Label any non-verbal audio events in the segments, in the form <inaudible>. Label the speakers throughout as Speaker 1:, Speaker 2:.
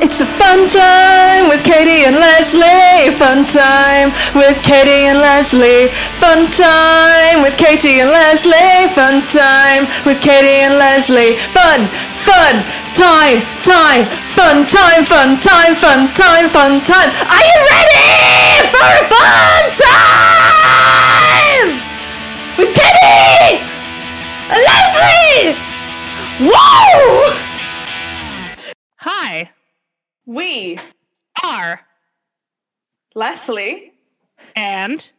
Speaker 1: It's a fun time with Katie and Leslie. Fun time with Katie and Leslie. Fun time with Katie and Leslie. Fun time with Katie and Leslie. Fun, fun, time, time, fun time, fun time, fun time, fun time. Are you ready for a fun time with Katie and Leslie? Whoa!
Speaker 2: Hi,
Speaker 1: We,
Speaker 2: R,
Speaker 1: Leslie,
Speaker 2: and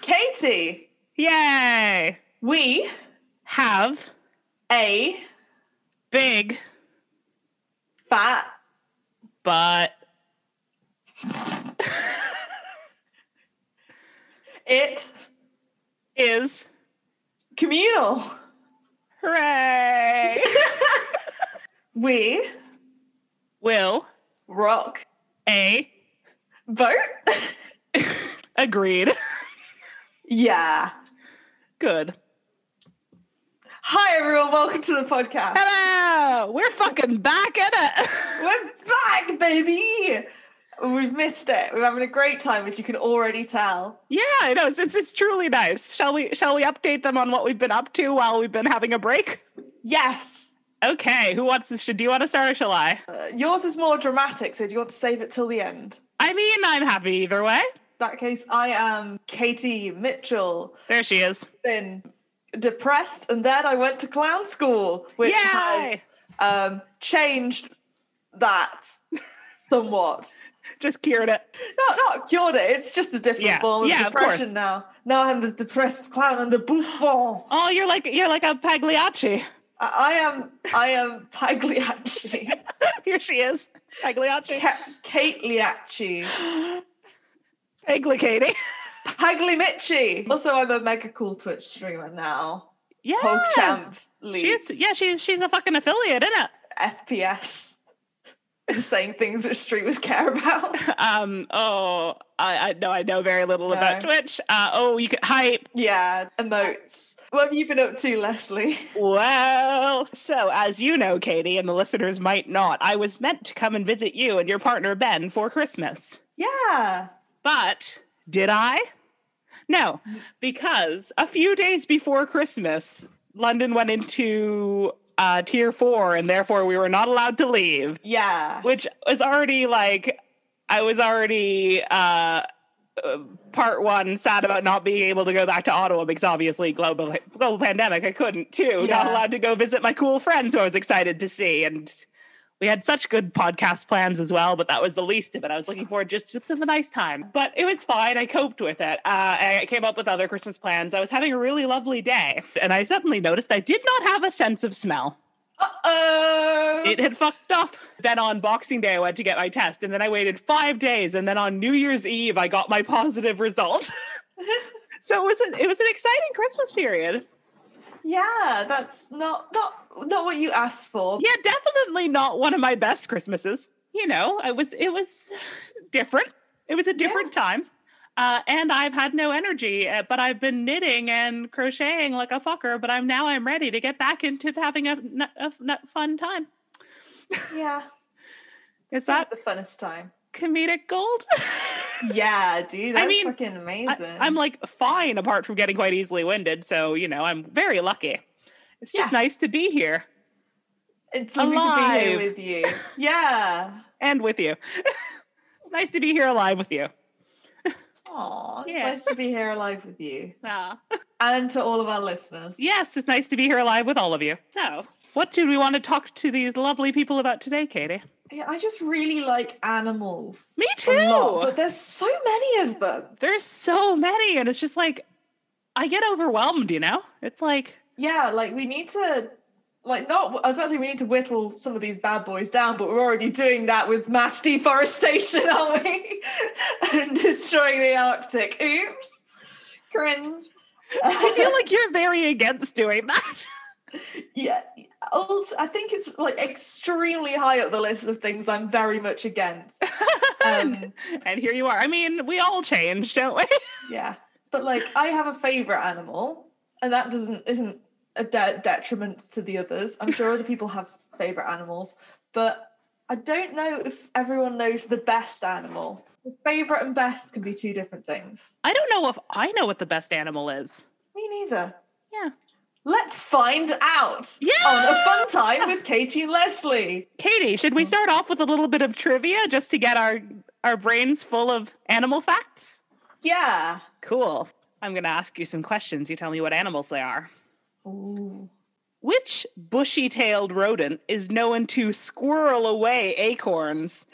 Speaker 1: Katie,
Speaker 2: yay,
Speaker 1: we
Speaker 2: have
Speaker 1: a
Speaker 2: big
Speaker 1: fat
Speaker 2: butt.
Speaker 1: it
Speaker 2: Is
Speaker 1: communal.
Speaker 2: <laughs> hooray.
Speaker 1: We
Speaker 2: Will
Speaker 1: rock
Speaker 2: a
Speaker 1: vote.
Speaker 2: agreed. <laughs>
Speaker 1: yeah.
Speaker 2: Good.
Speaker 1: Hi everyone, welcome to the podcast.
Speaker 2: Hello, we're fucking back at it. <laughs>
Speaker 1: We're back, baby. We've missed it. We're having a great time, as you can already tell.
Speaker 2: Yeah, I know. It's, it's it's truly nice. Shall we shall we update them on what we've been up to while we've been having a break?
Speaker 1: Yes.
Speaker 2: Okay, who wants to? Should do you want to start or shall I?
Speaker 1: Uh, yours is more dramatic, so do you want to save it till the end?
Speaker 2: I mean, I'm happy either way.
Speaker 1: In that case, I am Katie Mitchell.
Speaker 2: There she is.
Speaker 1: Been depressed, and then I went to clown school, which
Speaker 2: Yay!
Speaker 1: has um, changed
Speaker 2: <laughs>
Speaker 1: that somewhat.
Speaker 2: Just cured it.
Speaker 1: Not not cured it. It's just a different
Speaker 2: Yeah.
Speaker 1: form of
Speaker 2: Yeah, of
Speaker 1: depression
Speaker 2: course.
Speaker 1: now. Now I'm the depressed clown and the bouffon.
Speaker 2: Oh, you're like you're like a Pagliacci. <laughs>
Speaker 1: I I am I am Pagliacci. <laughs>
Speaker 2: Here she is. It's Pagliacci.
Speaker 1: Ca- Kate Liacci.
Speaker 2: Pagli Katie.
Speaker 1: Paglimitchi. Also I'm a mega cool Twitch streamer now.
Speaker 2: Yeah.
Speaker 1: PogChamp leads
Speaker 2: She's yeah, she's she's a fucking affiliate, isn't
Speaker 1: FPS. Just <laughs> saying things that streamers care about.
Speaker 2: it? Um, oh I, I know I know very little
Speaker 1: No.
Speaker 2: about Twitch. Uh oh you could hype.
Speaker 1: Yeah, emotes. What have you been up to, Leslie? <laughs>
Speaker 2: Well so as you know, Katie, and the listeners might not, I was meant to come and visit you and your partner Ben for Christmas.
Speaker 1: Yeah.
Speaker 2: But did I? No, because a few days before Christmas, London went into uh, tier four, and therefore we were not allowed to leave,
Speaker 1: Yeah.
Speaker 2: which was already like, I was already uh, uh, part one sad about not being able to go back to Ottawa because obviously global global pandemic, I couldn't. Two, not
Speaker 1: Yeah.
Speaker 2: allowed to go visit my cool friends who I was excited to see, and we had such good podcast plans as well, but that was the least of it. I was looking forward just just to the nice time, but it was fine. I coped with it. Uh, I came up with other Christmas plans. I was having a really lovely day, and I suddenly noticed I did not have a sense of smell.
Speaker 1: Uh-oh.
Speaker 2: It had fucked off. Then on Boxing Day, I went to get my test, and then I waited five days, and then on New Year's Eve, I got my positive result. <laughs> so it was an, it was an exciting Christmas period.
Speaker 1: Yeah, that's not not not what you asked for.
Speaker 2: Yeah, definitely not one of my best Christmases. You know, it was it was different. It was a different time. Uh, and I've had no energy, uh, but I've been knitting and crocheting like a fucker. But I'm now I'm ready to get back into having a, n- a f- n- fun time.
Speaker 1: Yeah,
Speaker 2: Is
Speaker 1: that
Speaker 2: that
Speaker 1: the funnest time.
Speaker 2: comedic gold? <laughs>
Speaker 1: Yeah, dude, that's
Speaker 2: mean,
Speaker 1: fucking amazing.
Speaker 2: I, am like fine, apart from getting quite easily winded. So you know, I'm very lucky. It's just
Speaker 1: Yeah.
Speaker 2: nice to be here
Speaker 1: it's lovely to be
Speaker 2: alive.
Speaker 1: here with <laughs> you. Yeah.
Speaker 2: and with you. <laughs> it's nice to be here alive with you.
Speaker 1: Aw, it's
Speaker 2: Yeah.
Speaker 1: nice to be here alive with you.
Speaker 2: Ah.
Speaker 1: And to all of our listeners.
Speaker 2: Yes, it's nice to be here alive with all of you. So, what do we want to talk to these lovely people about today, Katie?
Speaker 1: Yeah, I just really like animals.
Speaker 2: Me
Speaker 1: a lot,
Speaker 2: too.
Speaker 1: but there's so many of them.
Speaker 2: There's so many, and it's just like I get overwhelmed. You know, it's like
Speaker 1: Yeah, like we need to like not I was about to say we need to whittle some of these bad boys down, but we're already doing that with mass deforestation, <laughs> aren't we? and destroying the Arctic. Oops. Cringe.
Speaker 2: I feel like you're very against doing that. <laughs>
Speaker 1: yeah. Also, I think it's like extremely high up the list of things I'm very much against. Um,
Speaker 2: and here you are. I mean, we all change, don't we? <laughs>
Speaker 1: yeah. But like I have a favorite animal, and that doesn't isn't a de- detriment to the others. I'm sure other people have favorite animals, but I don't know if everyone knows the best animal. Favorite and best can be two different things.
Speaker 2: I don't know if I know what the best animal is.
Speaker 1: Me neither.
Speaker 2: Yeah.
Speaker 1: Let's find out
Speaker 2: Yeah.
Speaker 1: on a fun time with Katie and Leslie.
Speaker 2: Katie, should we start off with a little bit of trivia just to get our our brains full of animal facts?
Speaker 1: Yeah.
Speaker 2: Cool. I'm going to ask you some questions. You tell me what animals they are.
Speaker 1: Ooh.
Speaker 2: Which bushy-tailed rodent is known to squirrel away acorns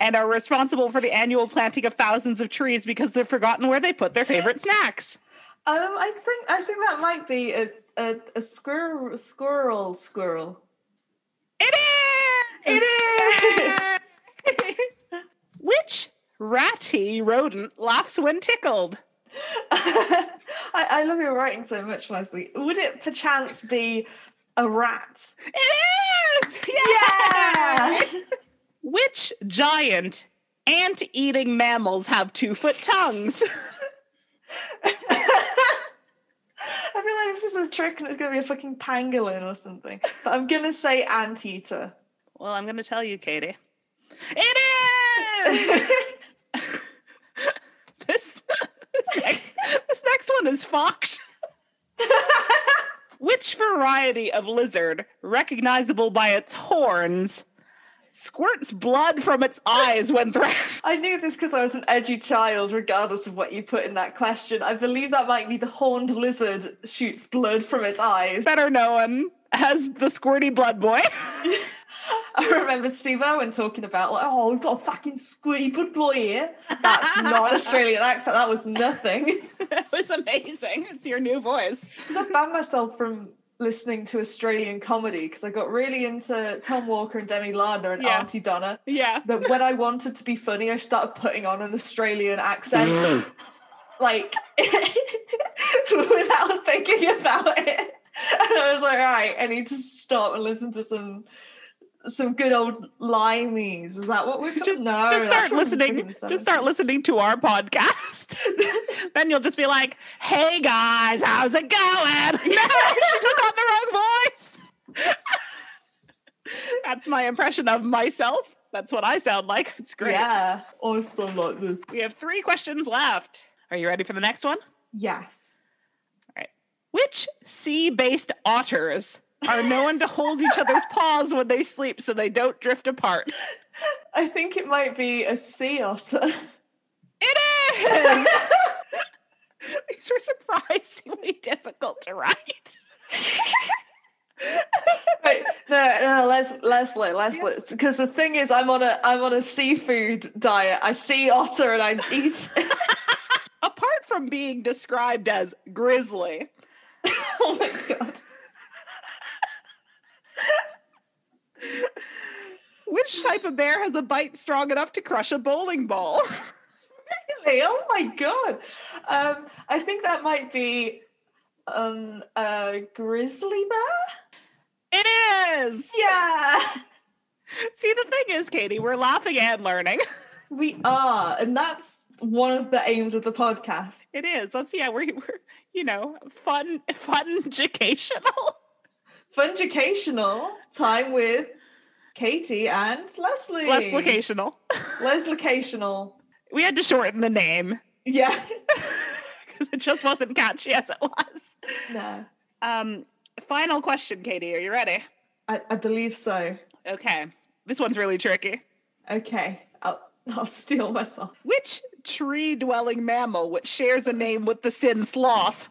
Speaker 2: and are responsible for the annual planting of thousands of trees because they've forgotten where they put their favorite snacks?
Speaker 1: Um, I think I think that might be a a, a squirrel squirrel squirrel.
Speaker 2: It is.
Speaker 1: It
Speaker 2: is. <laughs> Which ratty rodent laughs when tickled?
Speaker 1: <laughs> I, I love your writing so much, Leslie. Would it perchance be a rat?
Speaker 2: It is.
Speaker 1: <laughs> Yeah.
Speaker 2: Which giant ant-eating mammals have two-foot tongues?
Speaker 1: I feel like this is a trick and it's gonna be a fucking pangolin or something. But I'm gonna say anteater.
Speaker 2: <laughs>
Speaker 1: <laughs>
Speaker 2: well, I'm going to tell you, Katie. It is. <laughs> this, this next this next one is <laughs> fucked. Which variety of lizard, recognizable by its horns, squirts blood from its eyes when threatened?
Speaker 1: I knew this because I was an edgy child, regardless of what you put in that question. I believe that might be the horned lizard shoots blood from its
Speaker 2: <laughs>
Speaker 1: eyes. <laughs>
Speaker 2: Better known as the squirty blood boy. <laughs>
Speaker 1: I remember Steve Irwin talking about like, oh, we've got a fucking squeaky good boy here. That's not Australian accent. That was nothing. <laughs>
Speaker 2: that was amazing. It's your new voice.
Speaker 1: Because I banned myself from listening to Australian comedy because I got really into Tom Walker and Demi Lardner and
Speaker 2: Yeah.
Speaker 1: Auntie Donna.
Speaker 2: Yeah.
Speaker 1: That when I wanted to be funny, I started putting on an Australian accent, like <laughs> without thinking about it. And I was like, right, I need to stop and listen to some some good old limeys. Is that what we're
Speaker 2: <laughs> Just-
Speaker 1: no,
Speaker 2: just
Speaker 1: that's
Speaker 2: start
Speaker 1: from the fucking
Speaker 2: listening. Just
Speaker 1: 70s.
Speaker 2: start listening to our podcast. <laughs> then you'll just be like, "Hey guys, how's it going?" <laughs> No, she took on the wrong voice. <laughs> That's my impression of myself. That's what I sound like. It's great.
Speaker 1: Yeah, also like this.
Speaker 2: We have three questions left. Are you ready for the next one?
Speaker 1: Yes.
Speaker 2: Which sea-based otters are known to hold each
Speaker 1: <laughs>
Speaker 2: other's paws when they sleep so they don't drift apart?
Speaker 1: I think it might be a sea otter.
Speaker 2: It is. <laughs> These were surprisingly difficult to write.
Speaker 1: Wait, no, no, let's let's let let's let because the thing is, I'm on a I'm on a seafood diet. I see otter and I eat. it. <laughs>
Speaker 2: Apart from being described as grizzly,
Speaker 1: oh my god!
Speaker 2: which type of bear has a bite strong enough to crush a bowling ball? <laughs>
Speaker 1: Really? Oh my god! Um, I think that might be um a grizzly bear.
Speaker 2: It is.
Speaker 1: Yeah,
Speaker 2: See, the thing is, Katie, we're laughing and learning. <laughs>
Speaker 1: we are, and that's one of the aims of the podcast.
Speaker 2: It is. Let's yeah, we're, we're you know fun, fun educational.
Speaker 1: Fungicational time with Katie and Leslie.
Speaker 2: Less locational.
Speaker 1: Leslicational.
Speaker 2: We had to shorten the name
Speaker 1: Yeah. <laughs>
Speaker 2: because it just wasn't catchy as it was.
Speaker 1: No.
Speaker 2: Um, final question, Katie. Are you ready?
Speaker 1: I, I believe so.
Speaker 2: Okay. This one's really tricky.
Speaker 1: Okay. I'll, <laughs> I'll steal myself.
Speaker 2: Which tree dwelling mammal, which shares a name with the sin sloth,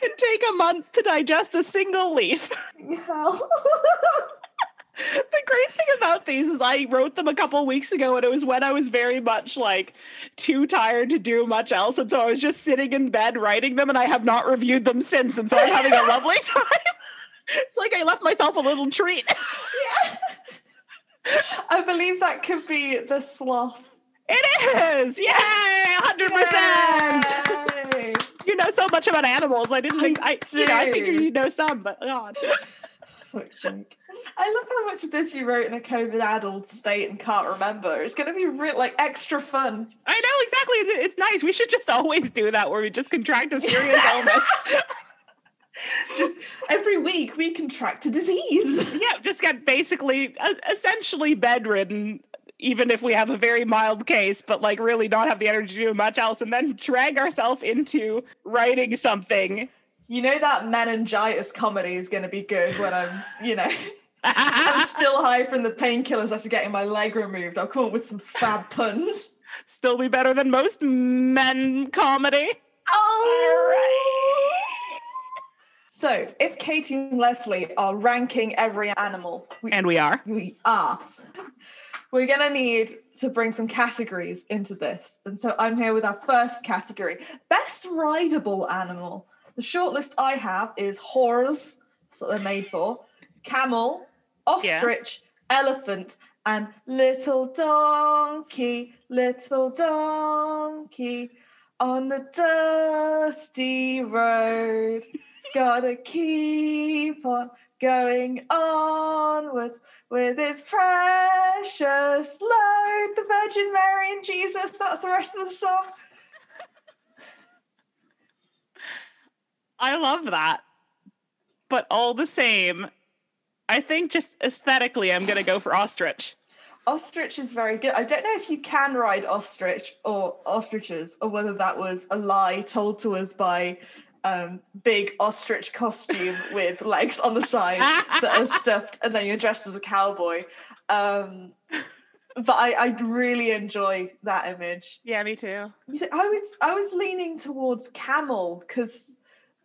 Speaker 2: can take a month to digest a single leaf? <laughs>
Speaker 1: Hell. <laughs>
Speaker 2: the great thing about these is I wrote them a couple weeks ago, and it was when I was very much like too tired to do much else. And so I was just sitting in bed writing them, and I have not reviewed them since. And so I'm having a lovely <laughs> time. It's like I left myself a little treat.
Speaker 1: I believe that could be the sloth.
Speaker 2: It is! Yay! 100%!
Speaker 1: Yay.
Speaker 2: You know so much about animals. I didn't
Speaker 1: I
Speaker 2: think, I, you know, I
Speaker 1: do.
Speaker 2: figured you know some, but God.
Speaker 1: Fuck's sake. I love how much of this you wrote in a COVID addled state and can't remember. It's going to be re- like extra fun.
Speaker 2: I know exactly. It's, it's nice. We should just always do that where we just contract a serious illness.
Speaker 1: Just every week we contract a disease.
Speaker 2: yeah, just get basically uh, essentially bedridden, even if we have a very mild case, but like really not have the energy to do much else, and then drag ourselves into writing something. <laughs>
Speaker 1: You know that meningitis comedy is going to be good when I'm, you know, I'm still high from the painkillers after getting my leg removed. I'll come up with some fab puns.
Speaker 2: Still be better than most men comedy.
Speaker 1: Oh. So, if Katie and Leslie are ranking every animal, we,
Speaker 2: And we are.
Speaker 1: we are. We're going to need to bring some categories into this. And so I'm here with our first category best rideable animal. The shortlist I have is horse, that's what they're made for, camel, ostrich, elephant, and little donkey, little donkey on the dusty road. Gotta keep on going onwards with its precious load. The Virgin Mary and Jesus. That's the rest of the song.
Speaker 2: I love that. But all the same, I think just aesthetically, I'm going to go for ostrich.
Speaker 1: Ostrich is very good. I don't know if you can ride ostrich or ostriches, or whether that was a lie told to us by um, big ostrich costume with legs on the side that are stuffed, and then you're dressed as a cowboy. Um, <laughs> but I, I really enjoy that image.
Speaker 2: Yeah, me too.
Speaker 1: You see, I was I was leaning towards camel because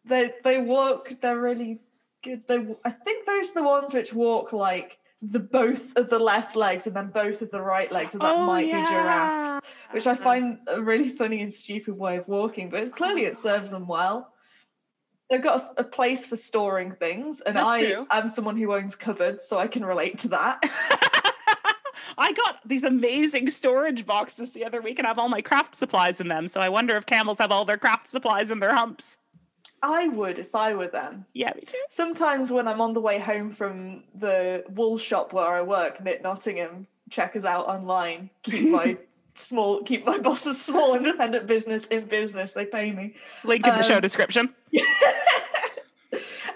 Speaker 1: they they walk. They're really good. They I think those are the ones which walk like the both of the left legs and then both of the right legs, and that
Speaker 2: Oh,
Speaker 1: might be
Speaker 2: yeah.
Speaker 1: giraffes, which I find a really funny and stupid way of walking. But it's, clearly, it serves them well. They've got a s- a, place for storing things, and
Speaker 2: That's
Speaker 1: I
Speaker 2: true.
Speaker 1: am someone who owns cupboards, so I can relate to that.
Speaker 2: <laughs>
Speaker 1: <laughs>
Speaker 2: I got these amazing storage boxes the other week and I have all my craft supplies in them. So I wonder if camels have all their craft supplies in their humps.
Speaker 1: I would if I were them.
Speaker 2: Yeah, me too.
Speaker 1: sometimes when I'm on the way home from the wool shop where I work, Knit Nottingham, check us out online. Keep my small, keep my boss's small independent business in business. They pay me.
Speaker 2: Link in the show
Speaker 1: Um,
Speaker 2: description.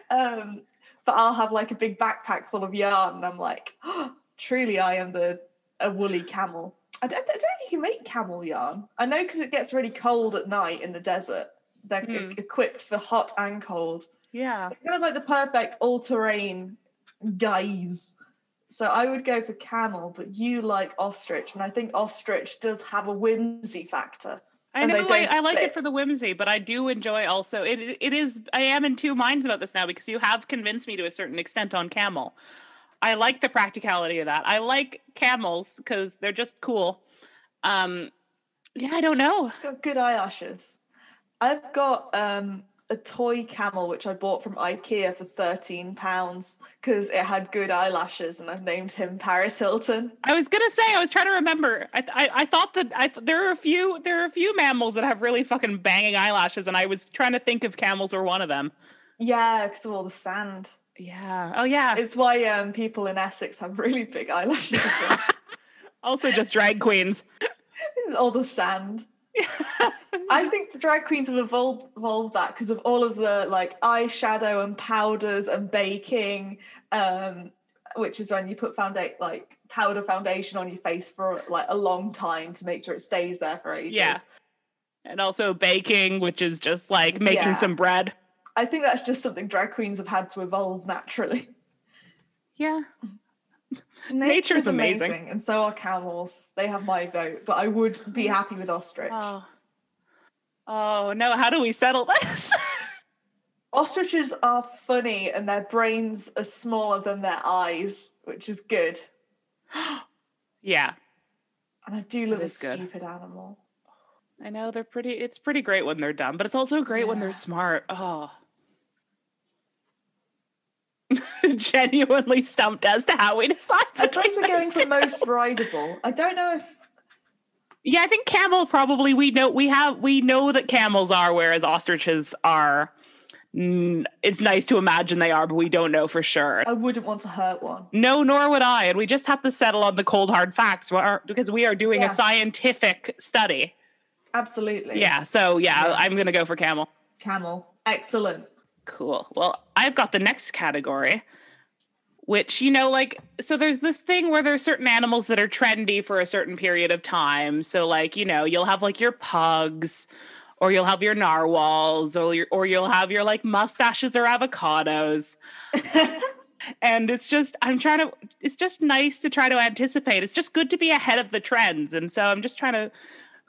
Speaker 1: Um, but I'll have like a big backpack full of yarn, and I'm like, "Oh, truly, I am the a woolly camel. I don't, I don't think you make camel yarn. I know because it gets really cold at night in the desert. They're e-
Speaker 2: Hmm.
Speaker 1: equipped for hot and cold.
Speaker 2: Yeah.
Speaker 1: kind of like the perfect all-terrain guys. So I would go for camel, but you like ostrich, and I think ostrich does have a whimsy factor.
Speaker 2: I
Speaker 1: And they
Speaker 2: know I,
Speaker 1: don't
Speaker 2: I like it for
Speaker 1: spit.
Speaker 2: the whimsy, but I do enjoy also it i- it is I am in two minds about this now because you have convinced me to a certain extent on camel. I like the practicality of that. I like camels because they're just cool. Um yeah, I don't know.
Speaker 1: Got good eyelashes. I've got um, a toy camel which I bought from IKEA for thirteen pounds because it had good eyelashes, and I've named him Paris Hilton.
Speaker 2: I was gonna say I was trying to remember. I th- I, I thought that I th- there are a few there are a few mammals that have really fucking banging eyelashes, and I was trying to think if camels were one of them.
Speaker 1: Yeah, because of all the sand.
Speaker 2: Yeah. Oh yeah.
Speaker 1: It's why um, people in Essex have really big eyelashes.
Speaker 2: also, just drag queens.
Speaker 1: It's all
Speaker 2: <laughs>
Speaker 1: the sand. I think the drag queens have evolved, evolved that because of all of the like eyeshadow and powders and baking, um, which is when you put foundation like powder foundation on your face for like a long time to make sure it stays there for ages.
Speaker 2: Yeah. and also baking, which is just like making
Speaker 1: Yeah.
Speaker 2: some bread.
Speaker 1: I think that's just something drag queens have had to evolve naturally.
Speaker 2: <laughs> Yeah.
Speaker 1: Nature
Speaker 2: Nature's
Speaker 1: is
Speaker 2: amazing.
Speaker 1: and so are camels. They have my vote, but I would be happy with ostrich.
Speaker 2: Oh. Oh no! How do we settle this? <laughs>
Speaker 1: Ostriches are funny and their brains are smaller than their eyes, which is good.
Speaker 2: yeah,
Speaker 1: And I do love a
Speaker 2: is good.
Speaker 1: stupid animal.
Speaker 2: I know they're pretty. It's pretty great when they're dumb, but it's also great when they're
Speaker 1: Yeah.
Speaker 2: smart. Oh. <laughs> Genuinely stumped as to how we decide.
Speaker 1: I suppose
Speaker 2: between
Speaker 1: we're going
Speaker 2: those two.
Speaker 1: for most rideable. I don't know if
Speaker 2: Yeah, I think camel probably we know we have we know that camels are, whereas ostriches are. mm, It's nice to imagine they are, but we don't know for sure.
Speaker 1: I wouldn't want to hurt one.
Speaker 2: No, nor would I, and we just have to settle on the cold hard facts wha- are- because we are doing
Speaker 1: Yeah.
Speaker 2: a scientific study.
Speaker 1: Absolutely.
Speaker 2: Yeah, so yeah,
Speaker 1: Yeah.
Speaker 2: I'm gonna go for camel.
Speaker 1: Camel. Excellent.
Speaker 2: Cool. Well, I've got the next category, which, you know, like, so there's this thing where there's certain animals that are trendy for a certain period of time. So, like, you know, you'll have like your pugs. Or you'll have your narwhals, or your, or you'll have your like mustaches or avocados, and it's just I'm trying to. It's just nice to try to anticipate. It's just good to be ahead of the trends, and so I'm just trying to.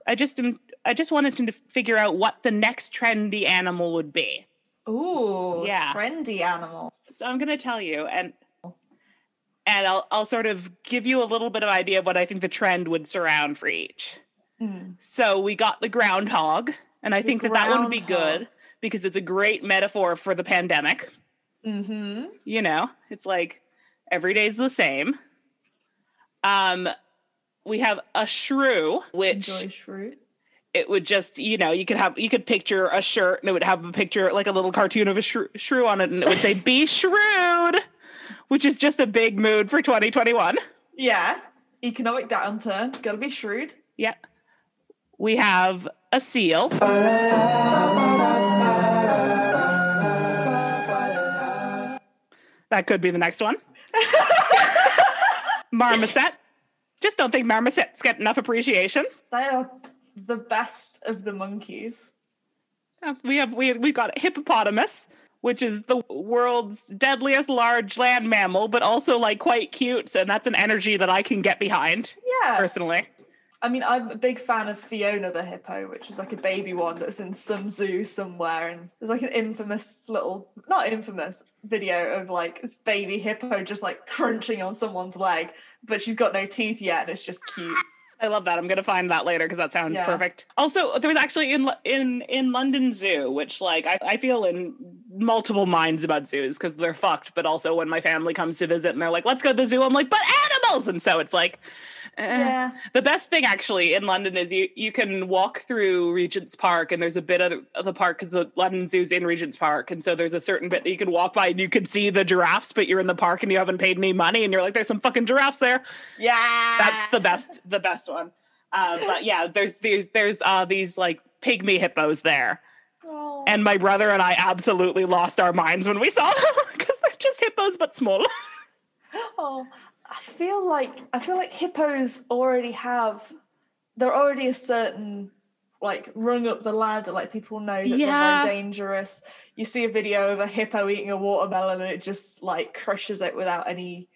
Speaker 2: I just am. I just wanted to figure out what the next trendy animal would be.
Speaker 1: Ooh,
Speaker 2: Yeah.
Speaker 1: trendy animal.
Speaker 2: So I'm going to tell you, and
Speaker 1: Oh.
Speaker 2: and I'll I'll sort of give you a little bit of idea of what I think the trend would surround for each.
Speaker 1: Mm.
Speaker 2: So we got the groundhog, and I
Speaker 1: The
Speaker 2: think that that one would be
Speaker 1: groundhog.
Speaker 2: good because it's a great metaphor for the pandemic.
Speaker 1: Mm-hmm.
Speaker 2: You know, it's like every day's the same. Um, we have a shrew, which
Speaker 1: Enjoy shrew.
Speaker 2: it would just you know you could have you could picture a shirt and it would have a picture like a little cartoon of a shrew, shrew on it and it would say be shrewd which is just a big mood for 2021
Speaker 1: Yeah. Economic downturn. Gotta be shrewd.
Speaker 2: yeah we have a seal that could be the next one marmoset just don't think marmosets get enough appreciation
Speaker 1: They are the best of the monkeys.
Speaker 2: Uh, We have we we've got a hippopotamus, which is the world's deadliest large land mammal, but also like quite cute, and that's an energy that I can get behind
Speaker 1: Yeah.
Speaker 2: personally.
Speaker 1: I mean, I'm a big fan of Fiona the hippo, which is like a baby one that's in some zoo somewhere. And there's like an infamous little, not infamous, video of like this baby hippo just like crunching on someone's leg, but she's got no teeth yet, and it's just cute.
Speaker 2: I love that. I'm gonna find that later because that sounds
Speaker 1: Yeah.
Speaker 2: perfect. Also, there was actually in Lo- in in London Zoo, which like I, I feel in multiple minds about zoos because they're fucked. But also when my family comes to visit and they're like, "Let's go to the zoo," I'm like, "But animals!" And so it's like, eh.
Speaker 1: Yeah.
Speaker 2: The best thing actually in London is you you can walk through Regent's Park and there's a bit of the, of the park because the London Zoo's in Regent's Park and so there's a certain bit that you can walk by and you can see the giraffes but you're in the park and you haven't paid any money and you're like there's some fucking giraffes there.
Speaker 1: Yeah.
Speaker 2: That's the best the best one. Uh, but yeah, there's there's there's uh, these like pygmy hippos there
Speaker 1: Oh.
Speaker 2: and my brother and I absolutely lost our minds when we saw them <laughs> because they're just hippos but smaller.
Speaker 1: Oh, I feel like I feel like hippos already have they're already a certain like rung up the ladder, like people know that
Speaker 2: Yeah.
Speaker 1: they're more dangerous. You see a video of a hippo eating a watermelon and it just like crushes it without any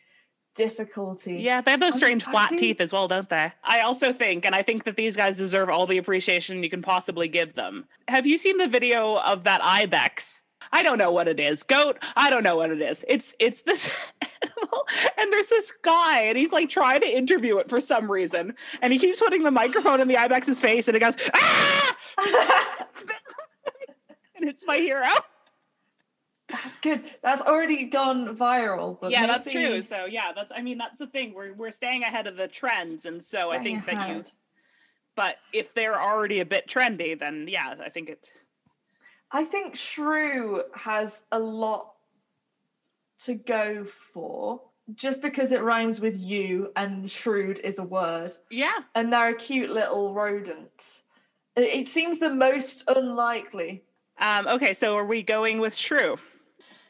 Speaker 1: difficulty.
Speaker 2: Yeah, they have those
Speaker 1: I-
Speaker 2: strange
Speaker 1: I
Speaker 2: flat
Speaker 1: do-
Speaker 2: teeth as well, don't they? I also think, and I think that these guys deserve all the appreciation you can possibly give them. Have you seen the video of that ibex? I don't know what it is. Goat, I don't know what it is. It's it's this <laughs> animal, and there's this guy, and he's like trying to interview it for some reason, and he keeps putting the microphone in the ibex's face, and it goes ah, and it's my hero.
Speaker 1: <laughs> That's good. That's already gone viral. But
Speaker 2: yeah, that's
Speaker 1: maybe
Speaker 2: true. So yeah, that's I mean that's the thing. We're we're staying ahead of the trends, and so I
Speaker 1: staying
Speaker 2: think that you
Speaker 1: ahead.
Speaker 2: but if they're already a bit trendy, then yeah, I think it.
Speaker 1: I think Shrew has a lot to go for just because it rhymes with you and shrewd is a word.
Speaker 2: Yeah,
Speaker 1: And they're a cute little rodent. It- It seems the most unlikely. <laughs>
Speaker 2: Um, okay, so are we going with shrew?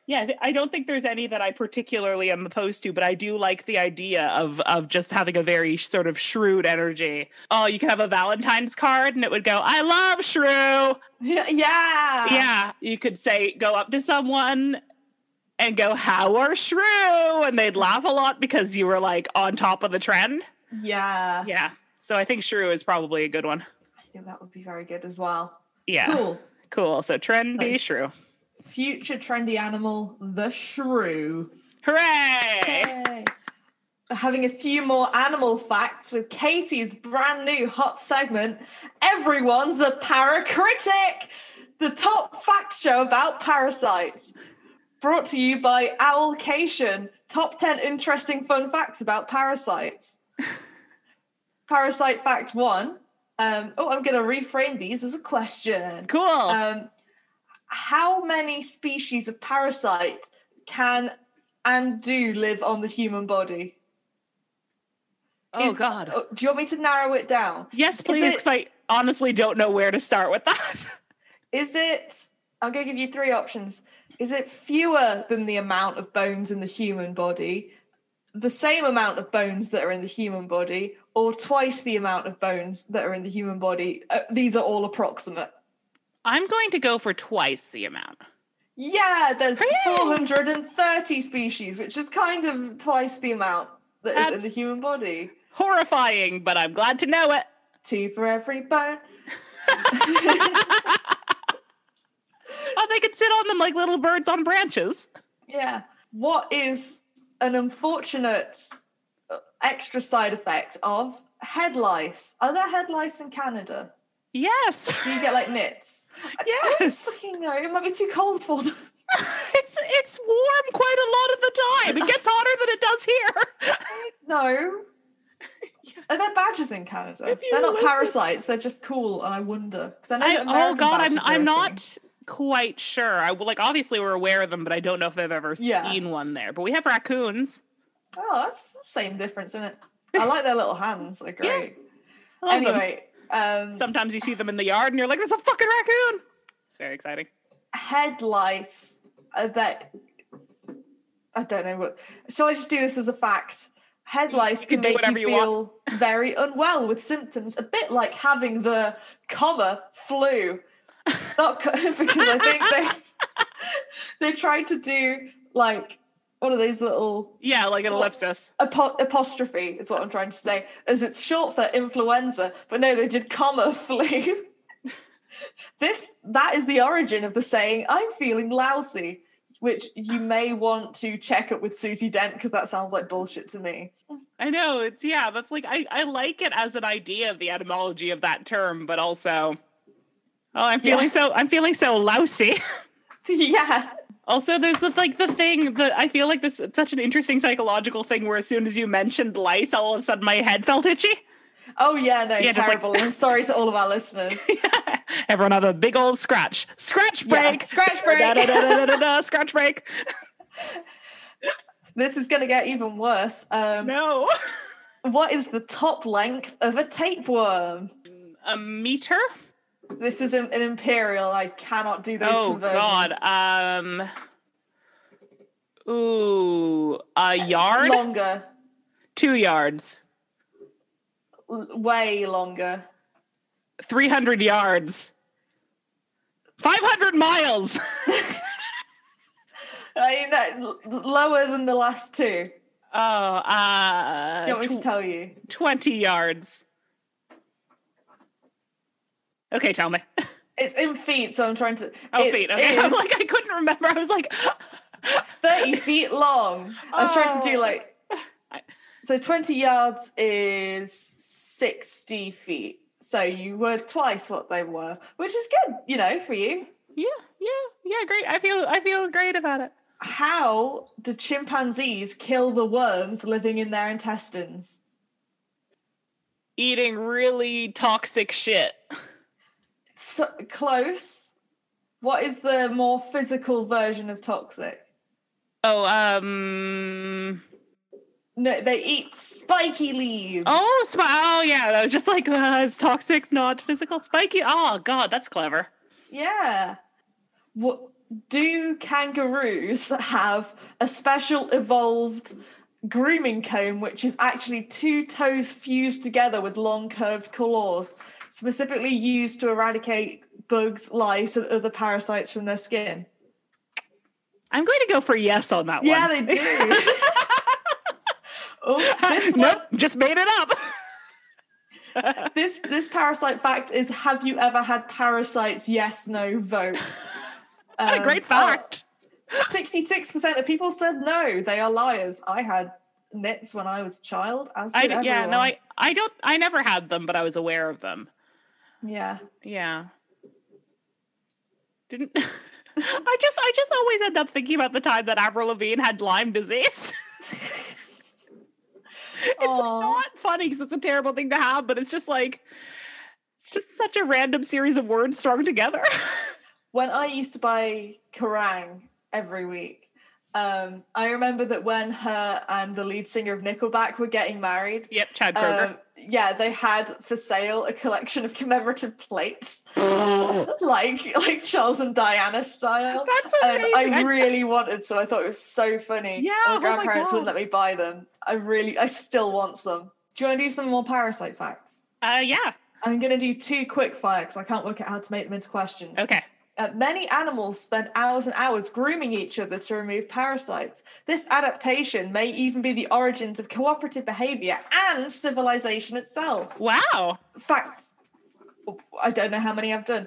Speaker 2: Yeah, I thi- I don't think there's any that I particularly am opposed to, but I do like the idea of of just having a very sh- sort of shrewd energy. Oh, you could have a Valentine's card, and it would go, "I love shrew."
Speaker 1: yeah.
Speaker 2: yeah, you could say, go up to someone and go, "How are shrew?" and they'd laugh a lot because you were like on top of the trend.
Speaker 1: Yeah.
Speaker 2: Yeah, so I think shrew is probably a good one.
Speaker 1: I think that would be very good as well.
Speaker 2: Yeah,
Speaker 1: Cool.
Speaker 2: Cool. So trendy
Speaker 1: Nice.
Speaker 2: shrew.
Speaker 1: Future trendy animal, the shrew.
Speaker 2: Hooray!
Speaker 1: Yay. Having a few more animal facts with Katie's brand new hot segment, Everyone's a Paracritic, the top fact show about parasites. Brought to you by Owlcation, top 10 interesting fun facts about parasites. Parasite fact one. Um, oh, I'm going to reframe these as a question.
Speaker 2: Cool.
Speaker 1: Um, how many species of parasite can and do live on the human body?
Speaker 2: oh
Speaker 1: is-
Speaker 2: God.
Speaker 1: Oh, Do you want me to narrow it down?
Speaker 2: yes, please.
Speaker 1: it-
Speaker 2: Because I honestly don't know where to start with that. <laughs>
Speaker 1: Is it? I'm going to give you three options. Is it fewer than the amount of bones in the human body, the same amount of bones that are in the human body, or twice the amount of bones that are in the human body? Uh, these are all approximate.
Speaker 2: I'm going to go for twice the amount.
Speaker 1: Yeah, there's
Speaker 2: Hooray!
Speaker 1: 430 species, which is kind of twice the amount that is
Speaker 2: That's-
Speaker 1: in the human body.
Speaker 2: Horrifying, but I'm glad to know it.
Speaker 1: Two for every bone.
Speaker 2: Oh, they could sit on them like little birds on branches.
Speaker 1: Yeah. What is an unfortunate uh, extra side effect of head lice? Are there head lice in Canada?
Speaker 2: Yes.
Speaker 1: Do you get like nits? I- I don't
Speaker 2: Yes.
Speaker 1: fucking know. It might be too cold for them.
Speaker 2: <laughs>
Speaker 1: <laughs>
Speaker 2: it's it's warm quite a lot of the time. It gets hotter than it does <laughs> here.
Speaker 1: No. Are there badgers in Canada?
Speaker 2: If you
Speaker 1: They're not
Speaker 2: listen-
Speaker 1: parasites. They're just cool, and I wonder because I know
Speaker 2: I-
Speaker 1: that
Speaker 2: oh
Speaker 1: American
Speaker 2: god, I'm
Speaker 1: badgers are a
Speaker 2: I'm
Speaker 1: thing.
Speaker 2: not quite sure. I like obviously we're aware of them, but I don't know if they've ever
Speaker 1: Yeah.
Speaker 2: seen one there. But we have raccoons.
Speaker 1: Oh, that's the same difference, isn't it? I like their little hands. They're
Speaker 2: <laughs> Yeah,
Speaker 1: great.
Speaker 2: I love them.
Speaker 1: anyway, um,
Speaker 2: Sometimes you see them in the yard and you're like, there's a fucking raccoon. It's very exciting.
Speaker 1: head lice uh, that I don't know what. Shall I just do this as a fact? Head
Speaker 2: You-
Speaker 1: lice
Speaker 2: you can
Speaker 1: can,
Speaker 2: do
Speaker 1: make
Speaker 2: whatever
Speaker 1: you
Speaker 2: you
Speaker 1: feel very unwell with symptoms, a bit like having the comma
Speaker 2: <laughs>
Speaker 1: flu. Not co- <laughs> because I think they <laughs> they tried to do like one of those little
Speaker 2: Yeah, like an
Speaker 1: Well,
Speaker 2: ellipsis.
Speaker 1: apo- apostrophe is what I'm trying to say, as it's short for influenza, but no, they did comma <laughs> flu. this that is the origin of the saying "I'm feeling lousy," which you may want to check up with Susie Dent because that sounds like bullshit to me. <laughs>
Speaker 2: I know. It's yeah, that's like I, I like it as an idea of the etymology of that term, but also Oh, I'm feeling
Speaker 1: Yeah.
Speaker 2: so I'm feeling so lousy. <laughs>
Speaker 1: yeah,
Speaker 2: Also, there's the, like the thing that I feel like this it's such an interesting psychological thing where as soon as you mentioned lice, all of a sudden my head felt itchy.
Speaker 1: oh yeah, no,
Speaker 2: Yeah, just like-
Speaker 1: terrible. I'm sorry to all of
Speaker 2: <laughs>
Speaker 1: our listeners.
Speaker 2: Everyone have a big old scratch. Scratch
Speaker 1: Yeah,
Speaker 2: break.
Speaker 1: scratch
Speaker 2: <laughs>
Speaker 1: break.
Speaker 2: Da, da, da, da, da, da,
Speaker 1: <laughs>
Speaker 2: da, scratch break. <laughs>
Speaker 1: this is going to get even worse. Um,
Speaker 2: No.
Speaker 1: What is the top length of a tapeworm?
Speaker 2: A meter?
Speaker 1: This is an, an imperial. I cannot do those
Speaker 2: Oh
Speaker 1: conversions.
Speaker 2: god. Um Ooh, a yard?
Speaker 1: Longer.
Speaker 2: Two yards.
Speaker 1: L- way longer.
Speaker 2: 300 yards. 500 miles. <laughs>
Speaker 1: I mean, that, l- lower than the last two.
Speaker 2: Oh, uh,
Speaker 1: Do you want me to
Speaker 2: tw-
Speaker 1: tell you?
Speaker 2: 20 yards. Okay, tell me. <laughs>
Speaker 1: It's in feet, so I'm trying to.
Speaker 2: Oh,
Speaker 1: it's,
Speaker 2: feet. Okay. <laughs>
Speaker 1: it
Speaker 2: I'm
Speaker 1: is <laughs>
Speaker 2: like, I couldn't remember. I was like, <gasps>
Speaker 1: 30 feet long. I was trying to do
Speaker 2: Oh.
Speaker 1: like.
Speaker 2: I-
Speaker 1: So 20 yards is 60 feet. So you were twice what they were, which is good, you know, for you.
Speaker 2: yeah, yeah, yeah, great. I feel, I feel great about it.
Speaker 1: How do chimpanzees kill the worms living in their intestines?
Speaker 2: Eating really toxic shit.
Speaker 1: So close. What is the more physical version of toxic?
Speaker 2: Oh, um,
Speaker 1: No, they eat spiky leaves.
Speaker 2: oh, sp- oh, yeah. That was just like, uh, it's toxic, not physical. Spiky. Oh, God, that's clever.
Speaker 1: yeah. What do kangaroos have a special evolved grooming comb, which is actually two toes fused together with long curved claws, specifically used to eradicate bugs, lice, and other parasites from their skin?
Speaker 2: I'm going to go for yes on that
Speaker 1: Yeah,
Speaker 2: one.
Speaker 1: they do. oh, this
Speaker 2: <laughs>
Speaker 1: one.
Speaker 2: nope, just made it up. <laughs>
Speaker 1: This this parasite fact is: Have you ever had parasites? Yes, no, vote.
Speaker 2: <laughs>
Speaker 1: Um,
Speaker 2: What a
Speaker 1: oh,
Speaker 2: great fact. <laughs>
Speaker 1: Sixty-six percent of people said no. They are liars. I had nits when I was a child. As
Speaker 2: I
Speaker 1: did
Speaker 2: d- yeah, no,
Speaker 1: everyone.
Speaker 2: I I don't I never had them, but I was aware of them.
Speaker 1: yeah.
Speaker 2: Yeah. Didn't <laughs> I just I just always end up thinking about the time that Avril Lavigne had Lyme disease. <laughs> <laughs> it's like,
Speaker 1: Aw.
Speaker 2: not funny because it's a terrible thing to have, but it's just like it's just such a random series of words strung together.
Speaker 1: When I used to buy Kerrang every week, Um, I remember that when her and the lead singer of Nickelback were getting married,
Speaker 2: <laughs> Yep, Chad Kroger.
Speaker 1: um, yeah, they had for sale a collection of
Speaker 2: <laughs>
Speaker 1: commemorative plates, like like Charles and Diana style.
Speaker 2: That's
Speaker 1: And
Speaker 2: amazing.
Speaker 1: I really wanted some. I thought it was so funny.
Speaker 2: Yeah, oh
Speaker 1: my
Speaker 2: my
Speaker 1: grandparents wouldn't
Speaker 2: God.
Speaker 1: let me buy them. I really, I still want some. Do you want to do some more parasite facts?
Speaker 2: uh, yeah.
Speaker 1: I'm gonna do two quick fire 'cause I can't work out how to make them into questions.
Speaker 2: Okay.
Speaker 1: Uh, many animals spend hours and hours grooming each other to remove parasites. This adaptation may even be the origins of cooperative behavior and civilization itself.
Speaker 2: Wow.
Speaker 1: Fact I don't know how many I've done.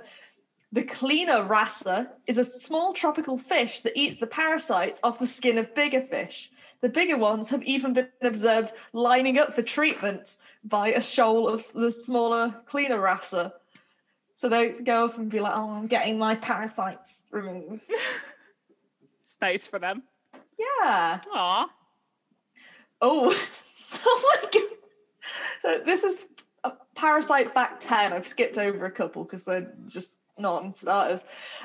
Speaker 1: The cleaner rasa is a small tropical fish that eats the parasites off the skin of bigger fish. The bigger ones have even been observed lining up for treatment by a shoal of s- the smaller, cleaner rasa. So they go off and be like, oh, I'm getting my parasites removed. <laughs>
Speaker 2: It's nice for them.
Speaker 1: yeah.
Speaker 2: Aw.
Speaker 1: Oh, <laughs> oh my God. So this is a parasite fact 10. I've skipped over a couple because they're just non starters.